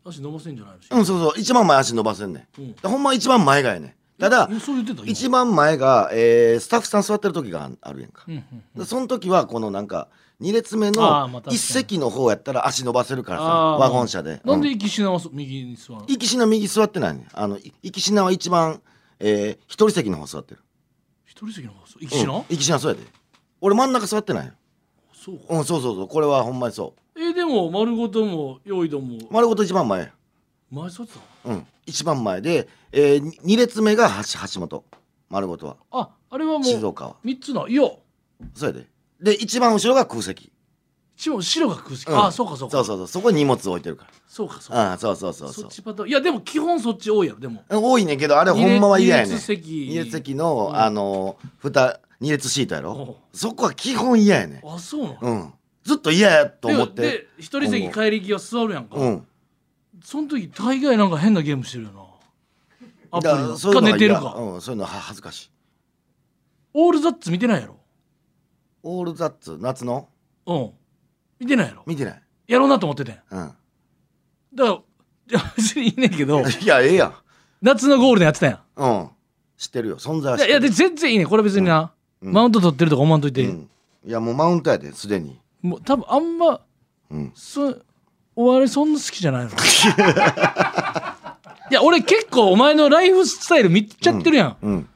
Speaker 3: 足伸ばせんじゃないの
Speaker 4: うん、そうそう。一番前足伸ばせんねん。
Speaker 3: うん
Speaker 4: ほんま一番前がやねん。ただ
Speaker 3: え、そう言ってた今
Speaker 4: 一番前が、えースタッフさん座ってる時がああるやんか
Speaker 3: う。んうん
Speaker 4: でその時は、このなんか、2列目
Speaker 3: あーま
Speaker 4: の
Speaker 3: あ確かに
Speaker 4: 一席の方やったら足伸ばせるからさ、
Speaker 3: あー
Speaker 4: ワゴン車で。
Speaker 3: なん
Speaker 4: う
Speaker 3: で
Speaker 4: ん
Speaker 3: 行きしなは右に座るの
Speaker 4: 行きしな右座ってないねん。あの、い行きしなは一番、えー一人席の方座ってる。
Speaker 3: 一人席の方行きしな、
Speaker 4: うん行きしなそうやで。俺真ん中座ってないよ。
Speaker 3: そうか
Speaker 4: うん、そうそうそう。これはほんまにそ
Speaker 3: えでも丸ごとも用意どんも
Speaker 4: う。丸ごと一番前や。
Speaker 3: 前座ってた
Speaker 4: うん。一番前で、え2列目が橋橋本。丸ごとは。
Speaker 3: ああれはも
Speaker 4: 静
Speaker 3: う
Speaker 4: 岡は。
Speaker 3: 三つのいや
Speaker 4: そうやで。で、一番後ろが空席。
Speaker 3: しかも白が空席、
Speaker 4: うん
Speaker 3: ああそうかそうか
Speaker 4: そうそうそうそこに荷物置いてるか
Speaker 3: そうかそうから
Speaker 4: ああそうそうそう
Speaker 3: そ
Speaker 4: そ
Speaker 3: っ
Speaker 4: う
Speaker 3: ちパターンいやでも基本そっち多いやろでも
Speaker 4: 多いねんけどあれほんまは嫌やね
Speaker 3: 二
Speaker 4: ん
Speaker 3: 列席
Speaker 4: 二列席の、
Speaker 3: うん
Speaker 4: あの蓋二列シートやろ
Speaker 3: お
Speaker 4: そこは基本嫌やねん
Speaker 3: あそうなの、
Speaker 4: うんずっと嫌やと思っ
Speaker 3: でで
Speaker 4: て
Speaker 3: 一人席帰り際座るやんか、
Speaker 4: うん
Speaker 3: その時大概なんか変なゲームしてるよなアプリ
Speaker 4: だから
Speaker 3: の
Speaker 4: そういう
Speaker 3: か
Speaker 4: のが
Speaker 3: 寝てる
Speaker 4: 嫌
Speaker 3: か、
Speaker 4: うんそういうのは恥ずかしい
Speaker 3: オールザッツ見てないやろ
Speaker 4: オールザッツ夏の
Speaker 3: うん見てないやろ
Speaker 4: 見てない
Speaker 3: やろうなと思っててんだか
Speaker 4: うん
Speaker 3: らいや別にいいねんけど
Speaker 4: いやええやん
Speaker 3: 夏のゴールデンやってたやん
Speaker 4: うん知ってるよ存在はい知っ
Speaker 3: やい
Speaker 4: てる
Speaker 3: やで全然いいねんこれ別にな、
Speaker 4: うん
Speaker 3: マウント取ってるとか思わんといて、
Speaker 4: うんいやもうマウントやですでに
Speaker 3: もう多分あんま
Speaker 4: うん
Speaker 3: そお笑いそんな好きじゃない のいや俺結構お前のライフスタイル見ちゃってるやん、
Speaker 4: うん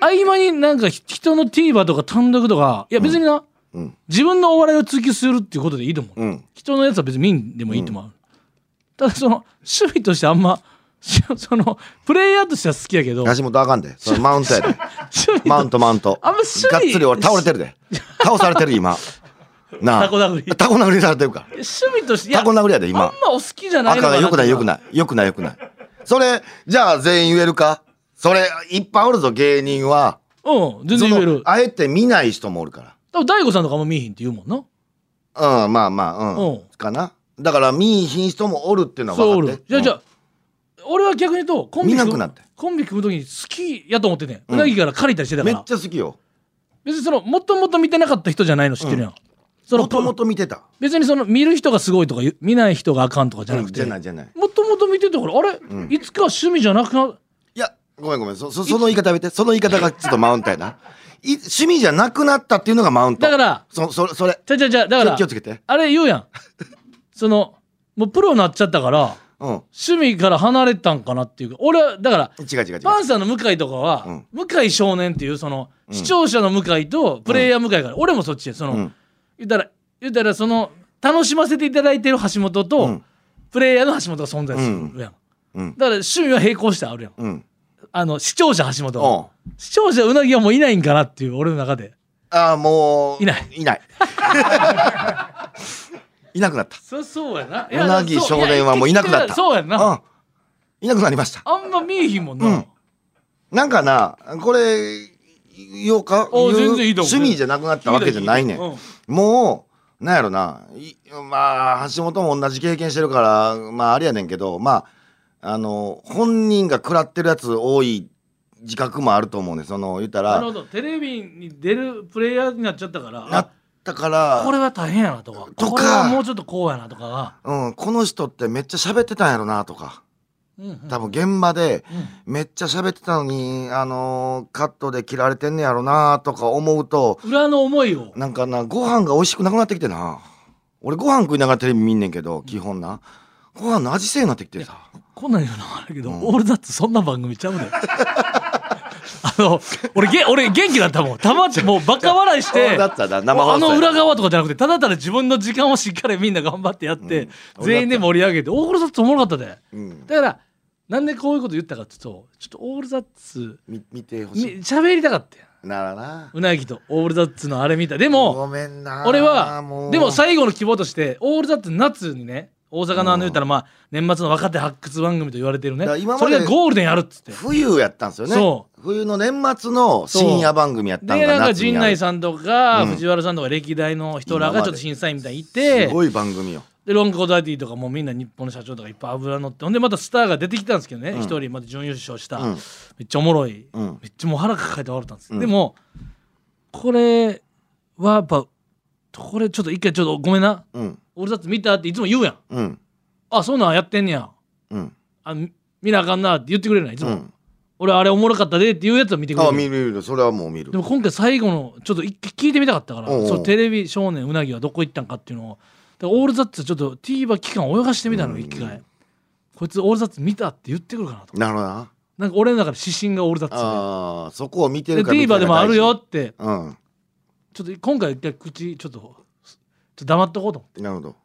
Speaker 3: 合間になんか人の TVer とか単独とかいや別にな、
Speaker 4: うん
Speaker 3: 自分のお笑いを追求するっていうことでいいと思う、
Speaker 4: うん
Speaker 3: 人のやつは別に見んでもいいと思う、ただその趣味としてあんま しそのプレイヤーとしては好きやけど趣
Speaker 4: 足元あかんでそれマウントや で
Speaker 3: 味
Speaker 4: マウントマウント
Speaker 3: あんま趣味
Speaker 4: がっつり俺倒れてる で倒されてる今なあ
Speaker 3: タコ殴り
Speaker 4: タコ殴りされてるから
Speaker 3: 趣味としていや
Speaker 4: タコ殴りやで
Speaker 3: あん
Speaker 4: 今
Speaker 3: まお好きじゃない
Speaker 4: あ
Speaker 3: のか
Speaker 4: か
Speaker 3: なん
Speaker 4: よくないよく
Speaker 3: い
Speaker 4: ないよくないよくないそれじゃあ全員言えるかそれいっぱいおるぞ芸人は
Speaker 3: うん全然言え
Speaker 4: そ
Speaker 3: る
Speaker 4: のあえて見ない人もおるか
Speaker 3: 多分大悟さんとかあんま見えへんって言うもんな
Speaker 4: らうんまあまあうん、
Speaker 3: うん
Speaker 4: かなだから見いひん人もおるっていうのは
Speaker 3: そうお
Speaker 4: 分かっ
Speaker 3: る
Speaker 4: て
Speaker 3: じゃあじゃ
Speaker 4: うん
Speaker 3: あ俺は逆に言うとコンビ
Speaker 4: 見な
Speaker 3: 組
Speaker 4: く
Speaker 3: む
Speaker 4: なって
Speaker 3: コンビ組む時に好きやと思っててん
Speaker 4: うん
Speaker 3: うなぎから借りたりしてたか
Speaker 4: めっ
Speaker 3: ら
Speaker 4: ちゃ好きよ
Speaker 3: 別にそのもともと見てなかった人じゃないの知ってるやんその
Speaker 4: もともと見てた
Speaker 3: 別にその見る人がすごいとかゆ見ない人があかんとかじゃな
Speaker 4: う
Speaker 3: く
Speaker 4: んじゃ
Speaker 3: て
Speaker 4: ないじゃない
Speaker 3: もともと見てたからあれ、
Speaker 4: ん
Speaker 3: いつか趣味じゃなくない
Speaker 4: やごめんごめんそそその言い方やめてその言い方がちょっとマウントやない趣味じゃなくなったっていうのがマウント
Speaker 3: だから
Speaker 4: そそれそれ
Speaker 3: じゃじゃじゃだから
Speaker 4: 気をつけて
Speaker 3: あれ言うやんそのもうプロになっちゃったから
Speaker 4: うん
Speaker 3: 趣味から離れたんかなっていうか俺はだから
Speaker 4: 違う違う違う
Speaker 3: パンサーの向井とかは、
Speaker 4: うん
Speaker 3: 向井少年っていうその、視聴者の向井とプレイヤー向井から、俺もそっちやその、
Speaker 4: うん
Speaker 3: 言ったら言ったらその楽しませていただいてる橋本と、
Speaker 4: うん
Speaker 3: プレイヤーの橋本が存在するやん、だ
Speaker 4: うん
Speaker 3: から趣味は並行してあるやん
Speaker 4: うん
Speaker 3: あの視聴者橋本は
Speaker 4: うん
Speaker 3: 視聴者うなぎはもういないんかなっていう俺の中で
Speaker 4: ああもう
Speaker 3: いない
Speaker 4: いないいなくなった
Speaker 3: そそうやな
Speaker 4: うなぎ少年はもういなくなった
Speaker 3: そうやんな、
Speaker 4: うんいなくなりました
Speaker 3: あんま見えひんもんな、
Speaker 4: うんなんかなこれ言おうか
Speaker 3: お
Speaker 4: 言う
Speaker 3: 全然いいと思う
Speaker 4: 趣味じゃなくなったわけじゃないねん
Speaker 3: うん
Speaker 4: もうなんやろないまあ橋本も同じ経験してるからまああれやねんけどまああの本人が食らってるやつ多い自覚もあると思うねんその言った
Speaker 3: なる
Speaker 4: ら
Speaker 3: ほどテレビに出るプレイヤーになっちゃったから
Speaker 4: なったから
Speaker 3: これは大変やなとか
Speaker 4: とか
Speaker 3: これはもうちょっとこうやなとかが、
Speaker 4: うん、この人ってめっちゃ喋ってたんやろなとか
Speaker 3: うんうん
Speaker 4: 多分現場で
Speaker 3: うん
Speaker 4: めっちゃ喋ってたのに、あのーカットで切られてんねやろなとか思うと
Speaker 3: 裏の思いを
Speaker 4: なんかなご飯が美味しくなくなってきてな俺ご飯食いながらテレビ見んねんけど基本なご飯の味せえになってきてさ
Speaker 3: こんなん言うのもあるけど、
Speaker 4: うん
Speaker 3: オールザッツそんな 番組ちゃうであの俺げ俺元気だったもんたまってもうバカ笑いし
Speaker 4: そう
Speaker 3: て
Speaker 4: だったな生
Speaker 3: あ
Speaker 4: 放送
Speaker 3: の裏
Speaker 4: や
Speaker 3: 側とかじゃなくてただただ自分の時間をしっかりみんな頑張ってやって、
Speaker 4: うん
Speaker 3: 全員で盛り上げてオールザッツおもろかったで
Speaker 4: うん
Speaker 3: だからなんでこういうこと言ったかっていうとちょっとオールザッツ
Speaker 4: み見てほ
Speaker 3: み
Speaker 4: しい
Speaker 3: 喋りたかったよ
Speaker 4: ならな
Speaker 3: うなぎとオールザッツのあれ見たでも
Speaker 4: ごめんな
Speaker 3: 俺は
Speaker 4: もう
Speaker 3: でも最後の希望としてオールザッツ夏にね大阪のあの言ったらまあ年末の若手発掘番組と言われてるね
Speaker 4: だから今ま
Speaker 3: そ
Speaker 4: で
Speaker 3: れがゴールデンやるっつって
Speaker 4: 冬やったんですよね
Speaker 3: そ
Speaker 4: 冬の年末の深夜番組やったん
Speaker 3: で
Speaker 4: が
Speaker 3: なんか
Speaker 4: 夏に
Speaker 3: 陣
Speaker 4: やる
Speaker 3: 内さんとか
Speaker 4: うん
Speaker 3: 藤原さんとか歴代の人ら
Speaker 4: 今まで
Speaker 3: がちょっと審査員みたいにい
Speaker 4: す
Speaker 3: て
Speaker 4: ごい番組よ
Speaker 3: でロングコートダディとかもみんな日本の社長とかいっぱい油乗ってほんでまたスターが出てきたんですけどね
Speaker 4: うん
Speaker 3: 一、人また準優勝した、
Speaker 4: うん
Speaker 3: めっちゃおもろい、
Speaker 4: うん
Speaker 3: めっちゃもう腹抱えて笑ったんです、
Speaker 4: うん
Speaker 3: でもこれはやっぱこれちょっと一回ちょっとごめんな
Speaker 4: うん
Speaker 3: オールザッツ見たっていつも言うやん
Speaker 4: うん
Speaker 3: あそんなんやってんねや
Speaker 4: うん
Speaker 3: あみ見なあかんなって言ってくれるないいつ
Speaker 4: う
Speaker 3: も、
Speaker 4: ん
Speaker 3: 俺あれおもろかったでっていうやつは見てくれ
Speaker 4: あ
Speaker 3: る
Speaker 4: 見る見るそれはもう見る
Speaker 3: でも今回最後のちょっと一回聞いてみたかったから
Speaker 4: おうおう
Speaker 3: そのテレビ少年うなぎはどこ行ったんかっていうのをだからオールザッツちょっと TVer 期間泳がしてみたのよ一回、こいつオールザッツ見たって言ってくるかなと
Speaker 4: なるほどな
Speaker 3: なんか俺の中で指針がオールザッツで
Speaker 4: ああそこを見て
Speaker 3: で
Speaker 4: るか見てな
Speaker 3: TVer
Speaker 4: いか
Speaker 3: でもあるよって
Speaker 4: 大事
Speaker 3: ちょっと今回一回口ちょっとちょっと黙っとこうと思
Speaker 4: うんなるほど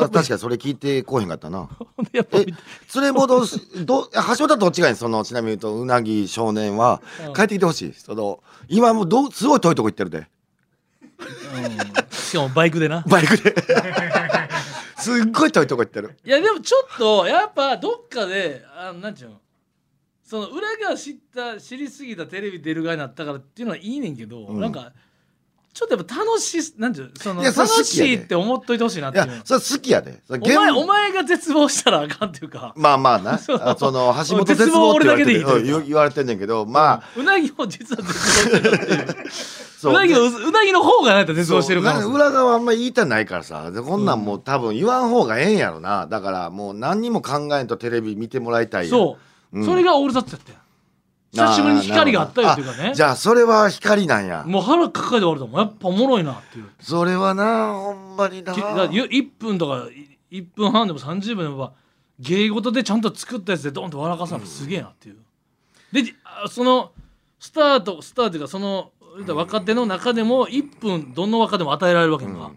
Speaker 4: あ確かにそれ聞いてこうへんかった な
Speaker 3: ってほんでやっぱ
Speaker 4: え
Speaker 3: 見て
Speaker 4: 連れ戻しど橋本はどっちがいいそのちなみに言うとうなぎ少年は
Speaker 3: うん
Speaker 4: 帰ってきてほしいその今もうどすごい遠いとこ行ってるで
Speaker 3: しかもバイクでな
Speaker 4: バイ クですっごい遠いとこ行ってる
Speaker 3: いやでもちょっとやっぱどっかであなんちゅうのその裏が知った知りすぎたテレビ出る側になったからっていうのはいいねんけど、
Speaker 4: うん
Speaker 3: なんかちょっとやっぱ楽しいなんちゅうその
Speaker 4: いやそれ
Speaker 3: 楽
Speaker 4: 好き
Speaker 3: し
Speaker 4: やで
Speaker 3: いって思っといてほしいなっ
Speaker 4: い
Speaker 3: てい
Speaker 4: や
Speaker 3: うの
Speaker 4: それ好きやでそれ
Speaker 3: お前
Speaker 4: 現
Speaker 3: お前が絶望したらあかんっていうか、
Speaker 4: まあまあなあ
Speaker 3: そう
Speaker 4: その橋本
Speaker 3: 鉄
Speaker 4: 鉄
Speaker 3: 棒
Speaker 4: 棒
Speaker 3: は
Speaker 4: って
Speaker 3: 俺
Speaker 4: 言わ
Speaker 3: だけ
Speaker 4: れて
Speaker 3: でいい
Speaker 4: る
Speaker 3: というか
Speaker 4: ん言言われてんねんけどまあ
Speaker 3: うなぎも実は絶望してるっていう
Speaker 4: そう
Speaker 3: うなぎのうなぎの方がなんか絶望してるから
Speaker 4: そうな裏側あんまり言いたないからさでこんなんもう多分言わん方がええんやろなだからもう何にも考えんとテレビ見てもらいたいやん
Speaker 3: そう、
Speaker 4: うん
Speaker 3: それがオールザッツやったよ久しぶりに光があったよっていうか
Speaker 4: あ
Speaker 3: ね
Speaker 4: じゃあそれは光なんや
Speaker 3: もう腹抱えて終わるともんやっぱおもろいなっていう
Speaker 4: それはなほんまにな
Speaker 3: きだからゆ1分とかい1分半でも30分でもやっぱ芸事でちゃんと作ったやつでドンと笑かすのすげえなっていう、でじあそのスターとスターっていうかその言うたら若手の中でも1分どの若手も与えられるわけやんか、
Speaker 4: うん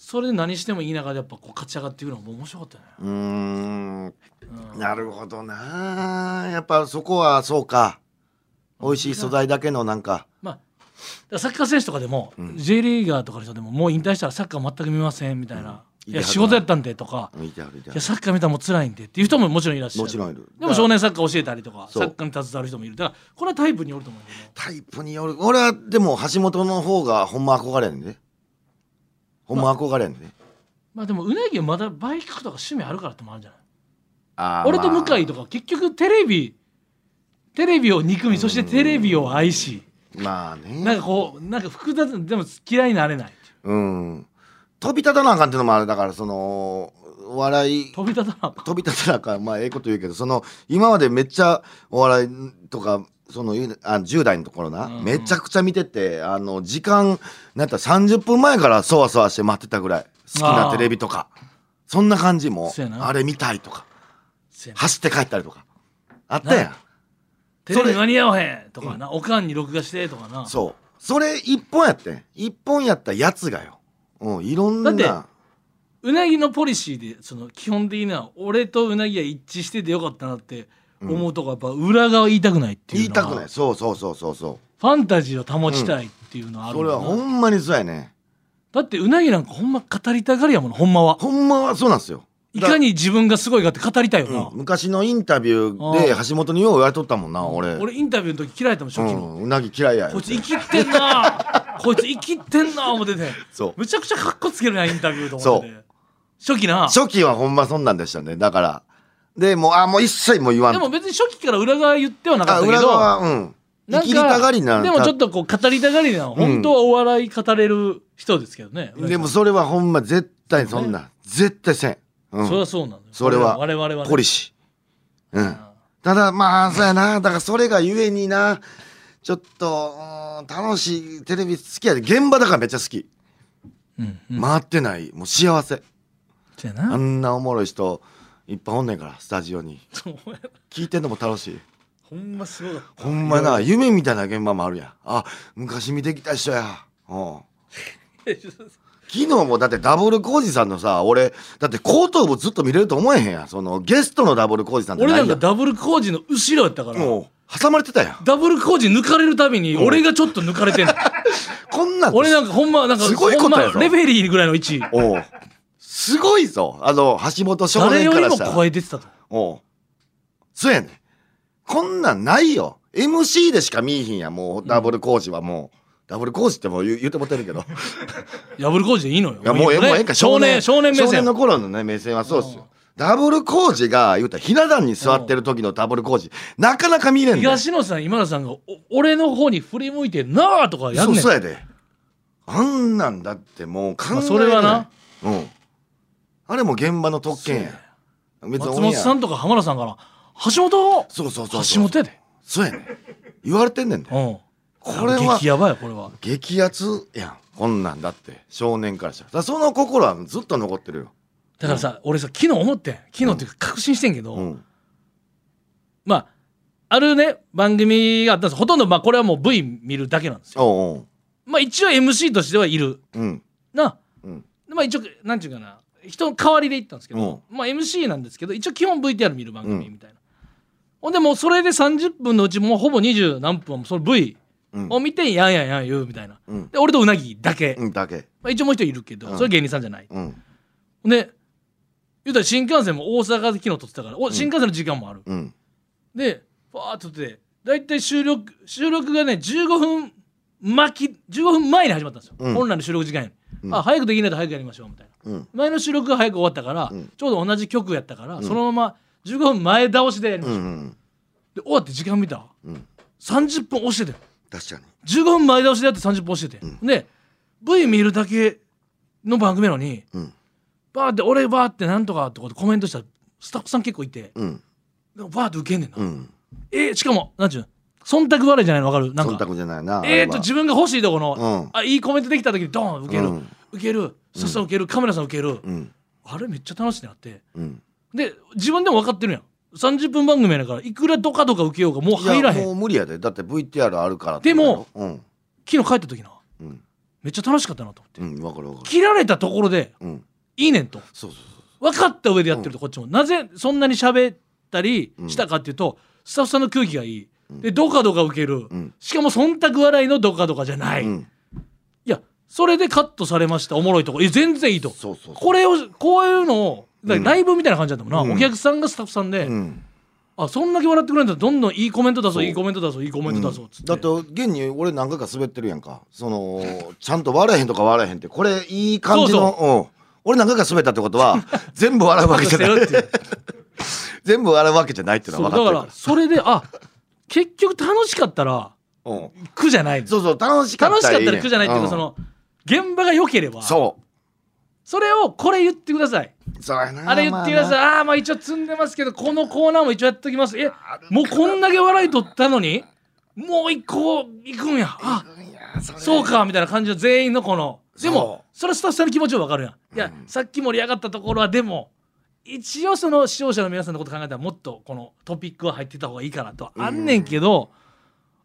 Speaker 3: それで何してもいい中でやっぱこう勝ち上がっていくのも面白かったね、
Speaker 4: うーん
Speaker 3: うん
Speaker 4: なるほどなやっぱそこはそうか美味しい素材だけのなんか
Speaker 3: まあだからサッカー選手とかでも、
Speaker 4: うん
Speaker 3: J リーガーとかの人でももう引退したらサッカー全く見ませんみたいな、
Speaker 4: うん
Speaker 3: いや仕事やったんでとか、
Speaker 4: 見てあるじゃ
Speaker 3: いやサッカー見たらもう辛いんでっていう人ももちろんいらっしゃる
Speaker 4: もちろんいる
Speaker 3: でも少年サッカー教えたりとかサ
Speaker 4: そう
Speaker 3: ッカーに携わる人もいるだからこれはタイプによると思うけど
Speaker 4: タイプによる俺はでも橋本の方がほんま憧れんでほんま憧れんで、
Speaker 3: まあでもうなぎはまだバイクとか趣味あるからってもあるんじゃない
Speaker 4: あー
Speaker 3: 俺と向井
Speaker 4: ま
Speaker 3: とか結局テレビテレビを憎みそしてテレビを愛し
Speaker 4: あ、まあね
Speaker 3: なんかこうなんか複雑でも嫌いになれない
Speaker 4: うん飛び立たなあかんっていうのもあるだからそのお笑い
Speaker 3: 飛び立 たなあかん
Speaker 4: 飛び立たなあかんまあええこと言うけどその今までめっちゃお笑いとかそのいうあ10代のところな、
Speaker 3: うんうん
Speaker 4: めちゃくちゃ見ててあの時間なんやったら30分前からそわそわして待ってたぐらい好きなテレビとかそんな感じも
Speaker 3: そうやな
Speaker 4: あれ見たいとか
Speaker 3: せやな
Speaker 4: 走って帰ったりとかあったやん。
Speaker 3: テレビ間に合わへんとかなおかんに録画してとかな
Speaker 4: そう。それ一本やってん。一本やったやつがよ。うん、いろんな。
Speaker 3: だうなぎのポリシーでその基本的な俺とうなぎは一致しててよかったなって思うとこやっぱ裏側言いたくないって
Speaker 4: 言
Speaker 3: い
Speaker 4: いう
Speaker 3: のは
Speaker 4: たくない。そうそうそうそうそ
Speaker 3: ファンタジーを保ちたいっていうのは
Speaker 4: う。
Speaker 3: ある
Speaker 4: そ
Speaker 3: もん
Speaker 4: れ
Speaker 3: な
Speaker 4: はほんまにそうやね。
Speaker 3: だってうなぎなんかほんま語りたがりやもんほんまは
Speaker 4: ほんまはそうなんですよ。
Speaker 3: いかに自分がすごいかって語りたいよ
Speaker 4: う
Speaker 3: な、
Speaker 4: ん、昔のインタビューで橋本によう言われとったもんな、俺。
Speaker 3: 俺インタビューの時嫌いだった
Speaker 4: う
Speaker 3: もん初期の、
Speaker 4: ん、うなぎ嫌いや。
Speaker 3: こいつ生きって んなこいつ生きってんな思ってて
Speaker 4: そう。
Speaker 3: むちゃくちゃかっこつけるなインタビューと思ってて初期な
Speaker 4: 初期はほんまそんなんでしたね。だから。で、もう、あ、もう一切もう言わん
Speaker 3: で
Speaker 4: と。
Speaker 3: も別に初期から裏側言ってはな
Speaker 4: あ、
Speaker 3: かったけ
Speaker 4: 裏
Speaker 3: ど
Speaker 4: 側は、うん。
Speaker 3: な
Speaker 4: 生きり
Speaker 3: んか
Speaker 4: たがりな
Speaker 3: でもちょっとこう語りたがりな本当はお笑い語れる人ですけどね、
Speaker 4: でもそれはほんま絶対そんな、絶対せん。うん。
Speaker 3: それはそうなのよ
Speaker 4: それは
Speaker 3: 我々はね
Speaker 4: ポリシー。うん。ただまあそうやなだからそれがゆえになちょっとうーん楽しいテレビ好きやで現場だからめっちゃ好き
Speaker 3: うんうん
Speaker 4: 回ってないもう幸せ
Speaker 3: そうや
Speaker 4: あ
Speaker 3: なん
Speaker 4: なおもろい人いっぱいおんねんからスタジオに
Speaker 3: そうや
Speaker 4: 聞いてんのも楽しい
Speaker 3: ほんますごかった
Speaker 4: ほんまな夢みたいな現場もあるやんあ昔見てきた人やうん昨日もだってダブルコージさんのさ俺だって後頭部ずっと見れると思えへんやんそのゲストのダブルコージさんって
Speaker 3: 俺
Speaker 4: ない
Speaker 3: な
Speaker 4: や
Speaker 3: ん
Speaker 4: ん
Speaker 3: かダブル工事の後ろやったから
Speaker 4: もう挟まれてたやん
Speaker 3: ダブル工事抜かれるたびに俺がちょっと抜かれて んの
Speaker 4: こんなん
Speaker 3: 俺なんかほんまなんか
Speaker 4: すごいことやぞ
Speaker 3: ほんまレフェリーぐらいの位置
Speaker 4: おうすごいぞあの橋本少
Speaker 3: 誰
Speaker 4: 年
Speaker 3: よ
Speaker 4: か
Speaker 3: り
Speaker 4: ら
Speaker 3: も
Speaker 4: したら
Speaker 3: 声出てたと
Speaker 4: おうそうやねんこんなんないよ MC でしか見いひんやもうダブル工事はもう、ダブル工事ってもう言う言うてもってるけ ど
Speaker 3: ダブル工事でいいのよ
Speaker 4: いやもうええもうええんか
Speaker 3: 少年少年目
Speaker 4: 少年
Speaker 3: 線
Speaker 4: の頃のね目線はそうっす
Speaker 3: うん
Speaker 4: よダブル工事が言うたらひな壇に座ってる時のダブル工事なかなか見れんねん
Speaker 3: 東野さん今田さんがお俺の方に振り向いてなあとかやん
Speaker 4: そう
Speaker 3: ねん
Speaker 4: そうやであんなんだってもう考え
Speaker 3: まあ
Speaker 4: れい
Speaker 3: それはな
Speaker 4: うんあれも現場の特権や別
Speaker 3: 松
Speaker 4: オンエア
Speaker 3: 本さんとか浜田さんから橋本
Speaker 4: そうそうそう
Speaker 3: 橋
Speaker 4: そう
Speaker 3: 本やで
Speaker 4: そうやねん言われてんねんで
Speaker 3: うん
Speaker 4: これは
Speaker 3: 激やばいよこれは
Speaker 4: 激アツやんこんなんだって少年からしたらだからその心はずっと残ってるよ、
Speaker 3: だからさ、俺さ昨日思ってん昨日っていうか確信してんけど、
Speaker 4: うん、
Speaker 3: まああるね番組があったんですほとんどまあこれはもう V 見るだけなんですよ
Speaker 4: おう
Speaker 3: まあ一応 MC としてはいる
Speaker 4: おううん
Speaker 3: な
Speaker 4: うん
Speaker 3: でまあ一応なんていうかな人の代わりで行ったんですけど、
Speaker 4: うん
Speaker 3: まあ MC なんですけど一応基本 VTR 見る番組みたいな、ほんでもうそれで30分のうちもうほぼ20何分はもうその V
Speaker 4: うん
Speaker 3: を見てやんやんやん言うみたいな
Speaker 4: うん
Speaker 3: で俺とうなぎだけ、
Speaker 4: うんだけ
Speaker 3: まあ、一応もう一人いるけど、
Speaker 4: うん
Speaker 3: それ芸人さんじゃない
Speaker 4: うん
Speaker 3: で言うたら新幹線も大阪で昨日撮ってたからお新幹線の時間もある、
Speaker 4: うん
Speaker 3: でバーッと撮って大体収録収録がね15分巻き15分前に始まったんですよ、
Speaker 4: うん
Speaker 3: 本来の収録時間より、
Speaker 4: うん
Speaker 3: あ早くできないと早くやりましょうみたいな
Speaker 4: うん
Speaker 3: 前の収録が早く終わったから、
Speaker 4: うん
Speaker 3: ちょうど同じ曲やったから、
Speaker 4: ん
Speaker 3: そのまま15分前倒しでやりま
Speaker 4: うん
Speaker 3: しょ
Speaker 4: う
Speaker 3: う、
Speaker 4: ん
Speaker 3: で終わって時間見た
Speaker 4: うん
Speaker 3: 30分押してて
Speaker 4: 確かに
Speaker 3: 15分前倒しでやって30分押してて、で V 見るだけの番組なのに
Speaker 4: うん
Speaker 3: バーって俺バーってなんとかとかコメントしたらスタッフさん結構いて、
Speaker 4: うん
Speaker 3: なんかバーって受けんねんな、
Speaker 4: うん
Speaker 3: えーしかもなんちゅうの忖度笑いじゃないの分かるなん
Speaker 4: 忖
Speaker 3: か
Speaker 4: 度じゃないな
Speaker 3: えーっと自分が欲しいとこの、
Speaker 4: うん
Speaker 3: あいいコメントできた時にドーン受ける、
Speaker 4: うん
Speaker 3: 受けるスタッフさん受ける、カメラさん受ける、
Speaker 4: 分
Speaker 3: あれめっちゃ楽しいなって
Speaker 4: うんうん
Speaker 3: で自分でも分かってるやん30分番組やからいくらドカドカ受けようがもう
Speaker 4: いや
Speaker 3: 入らへん
Speaker 4: も
Speaker 3: 昨
Speaker 4: う無理やでだって VTR あるから
Speaker 3: でも
Speaker 4: うん
Speaker 3: 日帰った時な
Speaker 4: うん
Speaker 3: めっちゃ楽しかったなと思って、
Speaker 4: うんわかるわかる
Speaker 3: 切られたところで
Speaker 4: うん
Speaker 3: いいねんと
Speaker 4: そうそうそ
Speaker 3: 分かった上でやってるとこっちも、なぜそんなに喋ったりしたかっていうと、スタッフさんの空気がいいでドカドカ受ける、
Speaker 4: ん
Speaker 3: しかも忖度笑いのドカドカじゃない、
Speaker 4: うう
Speaker 3: い
Speaker 4: ん
Speaker 3: やそれでカットされましたおもろいとこえ全然いいと
Speaker 4: そうそう
Speaker 3: これをこういうのをだからライブみたいな感じだったもんな、
Speaker 4: うん
Speaker 3: お客さんがスタッフさんで、
Speaker 4: うん
Speaker 3: あそんだけ笑ってくれるんだったらどんどんいいコメント出そう
Speaker 4: そう
Speaker 3: いいコメント出そういいコメント出そうっつって、
Speaker 4: だ って現に俺何回か滑ってるやんかそのちゃんと笑えへんとか笑えへんってこれいい感じのうん俺何回か滑ったってこと は全部笑うわけじゃない
Speaker 3: 出してるっていう
Speaker 4: 全部笑うわけじゃないっていうの
Speaker 3: そ
Speaker 4: は
Speaker 3: うだ
Speaker 4: 分
Speaker 3: か
Speaker 4: かって
Speaker 3: らそれであ結局楽しかったら
Speaker 4: るから
Speaker 3: 苦じゃない
Speaker 4: うんそうそう楽しかった
Speaker 3: 楽しかったら苦じゃないっていうか、
Speaker 4: ん
Speaker 3: その現場が良ければそ
Speaker 4: そ
Speaker 3: れをこれ言ってくださいう
Speaker 4: そうやな
Speaker 3: あれ言ってください、ああーまあ一応積んでますけどこのコーナーも一応やっときますえもうこんだけ笑い取ったのにもう一個いくんやあ
Speaker 4: まあないやそれ
Speaker 3: そうかみたいな感じの全員のこのでも
Speaker 4: そ
Speaker 3: それはスタッフさんの気持ちは分かるやんいや、さっき盛り上がったところはでも一応その視聴者の皆さんのこと考えたらもっとこのトピックは入ってた方がいいかなとはあんねんけど、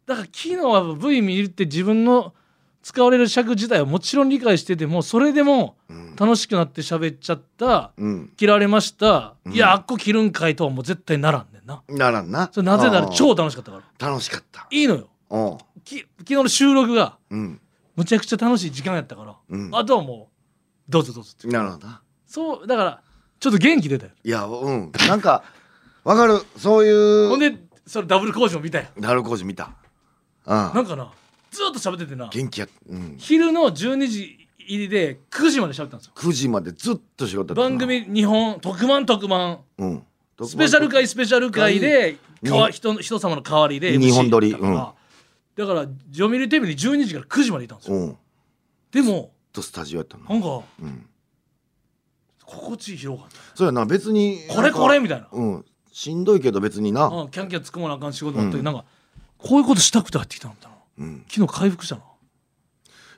Speaker 3: だから昨日は V 見るって自分の使われる尺自体はもちろん理解しててもそれでも
Speaker 4: うん
Speaker 3: 楽しくなって喋っちゃった、
Speaker 4: うん
Speaker 3: 切られました、
Speaker 4: ん
Speaker 3: いやあっこ切るんかいとはもう絶対ならんねんな
Speaker 4: ならんな
Speaker 3: それなぜなら
Speaker 4: うん
Speaker 3: 超楽しかったから
Speaker 4: 楽しかった
Speaker 3: いいのよ
Speaker 4: うん
Speaker 3: き昨日の収録が
Speaker 4: うん
Speaker 3: むちゃくちゃ楽しい時間やったから、
Speaker 4: うん
Speaker 3: あとはもうどうぞどうぞって
Speaker 4: なるほどな
Speaker 3: そうだからちょっと元気出たよ
Speaker 4: いやうんなんか分かるそういう
Speaker 3: ほんでそれダブル工場見たよ
Speaker 4: なるこじ見たう
Speaker 3: なんんかなずっと喋っててな
Speaker 4: 元気やうん
Speaker 3: 昼の12時入りで9時まで喋ったんですよ
Speaker 4: 9時までずっと仕事やったな
Speaker 3: 番組2本特番特番
Speaker 4: うん
Speaker 3: スペシャル回スペシャル回で
Speaker 4: に
Speaker 3: かわ人の人様の代わりで
Speaker 4: 日本撮り
Speaker 3: MC だったからだから読売テレビに12時から9時までいたんですよ
Speaker 4: うん
Speaker 3: でも
Speaker 4: とスタジオやった
Speaker 3: な
Speaker 4: の
Speaker 3: んか
Speaker 4: うん
Speaker 3: 心地いい広がった
Speaker 4: そうやな別に
Speaker 3: これこれみたいな
Speaker 4: うんしんどいけど別にな
Speaker 3: うんキャンキャン突っ込まなあかん仕事もあったけど、
Speaker 4: うん
Speaker 3: なんかこういうことしたくて入ってきたのみたいな
Speaker 4: うん
Speaker 3: 昨日回復したな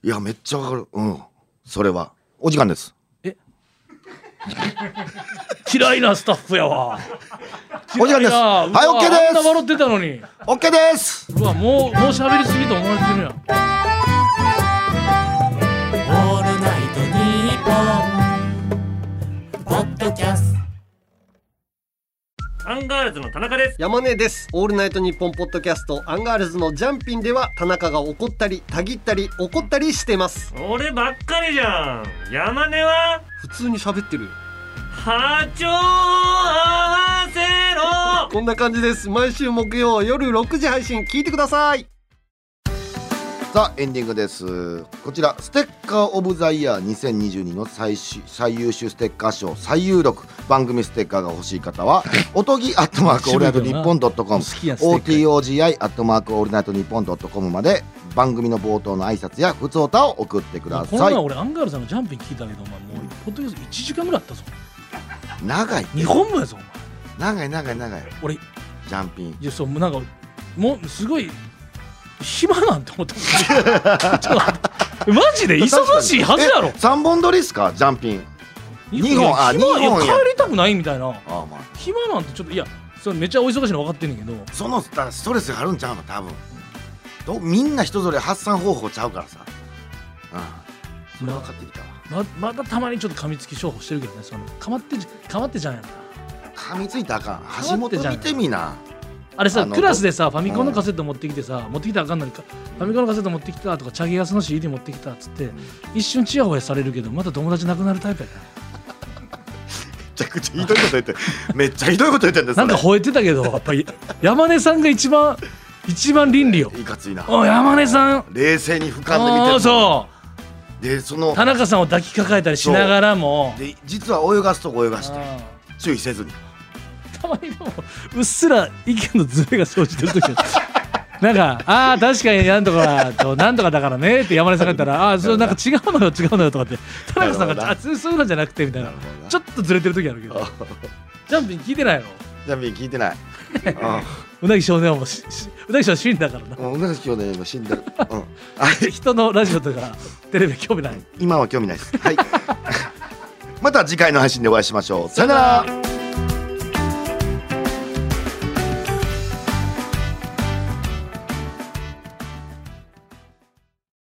Speaker 3: い
Speaker 4: やめっちゃわかるうんそれはお時間です
Speaker 3: 嫌いなスタッフやわ
Speaker 4: お時間です
Speaker 3: 嫌な
Speaker 4: はいう OK
Speaker 3: わ
Speaker 4: です
Speaker 3: あんな笑ってたのに
Speaker 4: OK です
Speaker 3: うわもうもう喋りすぎと思われてるやん
Speaker 2: オールナイトニッポン」ポッドキャスト
Speaker 5: アンガールズの田中です。
Speaker 6: 山根ですオールナイトニッポンポッドキャストアンガールズのジャンピンでは田中が怒ったりたぎったり怒ったりしてます
Speaker 5: 俺ばっかりじゃん。山根は
Speaker 6: 普通に喋ってるよ
Speaker 5: 波長を合わ
Speaker 6: こんな感じです毎週木曜夜6時配信聞いてください
Speaker 4: さあエンディングですこちらステッカーオブザイヤー2022の最終最優秀ステッカー賞最有力番組ステッカーが欲しい方 はおとぎアットマークオールナイトニッポンドットコム
Speaker 3: 好きやんステッカー
Speaker 4: OTOGI アットマークオールナイトニッポンドットコムまで番組の冒頭の挨拶や普通歌を送ってくだ
Speaker 3: この
Speaker 4: さ
Speaker 3: 前
Speaker 4: い
Speaker 3: 俺アンガールズさんのジャンピン聞いたけどお前もうポッドキャスト1時間ぐらいあったぞ
Speaker 4: 長い
Speaker 3: 日本もやぞお前
Speaker 4: 長い長い長い
Speaker 3: 俺い
Speaker 4: ジャンピン
Speaker 3: やそうもうなんかもうすごい暇なんて思ったちょっと待ってマジで忙しいはずやろ
Speaker 4: え三本撮りですかジャンピン二
Speaker 3: い
Speaker 4: 本
Speaker 3: や
Speaker 4: あ
Speaker 3: 暇い
Speaker 4: 二
Speaker 3: や
Speaker 4: 本
Speaker 3: 帰
Speaker 4: や
Speaker 3: りたくないみたいな
Speaker 4: ああまあ
Speaker 3: 暇なんてちょっといやそれめちゃお忙しいの分かってんねんけど
Speaker 4: そのだストレスがあるんちゃうの多分どみんな人ぞれ発散方法ちゃうからさうんそれ分かってきたわ
Speaker 3: ままたたまにちょっと噛みつき商法してるけどねそのかまってじかまってじゃんやろな
Speaker 4: 噛みついたらあかん
Speaker 3: わっ
Speaker 4: 橋本
Speaker 3: てじゃん
Speaker 4: 見てみな
Speaker 3: あれさ
Speaker 4: あの
Speaker 3: クラスでさファミコンのカセット持ってきてさ持ってきたらあかんのにかファミコンのカセット持ってきたとかチャゲヤスの CD 持ってきたっつって一瞬チヤホヤされるけどまた友達なくなるタイプやから
Speaker 4: ちゃくちゃひどいこと言ってめっちゃひどいこと言ってんです
Speaker 3: なんか吠えてたけどやっぱり山根さんが一番一番倫理よ
Speaker 4: いかついな
Speaker 3: おい山根さん
Speaker 4: 冷静に俯瞰で
Speaker 3: お
Speaker 4: 見
Speaker 3: お
Speaker 4: て
Speaker 3: そう
Speaker 4: でその
Speaker 3: 田中さんを抱きかかえたりしながらも
Speaker 4: で実は泳がすとこ泳がして
Speaker 3: あ
Speaker 4: 注意せずに
Speaker 3: ーたまにでもうっすら意見のズレが生じて る時はなんか「ああ確かになんとかとなんとかだからね」って山根さんが言ったら「ああーそれなんか違うのよ違うのよ」とかって田中さん
Speaker 4: なるほど
Speaker 3: が「
Speaker 4: な
Speaker 3: あそういうのじゃなくて」みたいな
Speaker 4: なるほどな
Speaker 3: ちょっとずれてる時ある けどジャンピン聞いてないの
Speaker 4: ジャンピン聞いてない。
Speaker 3: うなぎ少年はもうししうなぎ少年死んだからな
Speaker 4: うん、うん、同じ今日ね、今死んでる。うん、はい、
Speaker 3: 人のラジオとかテレビ興味ない
Speaker 4: 今は興味ないです。はい。また次回の配信でお会いしましょう。さよなら。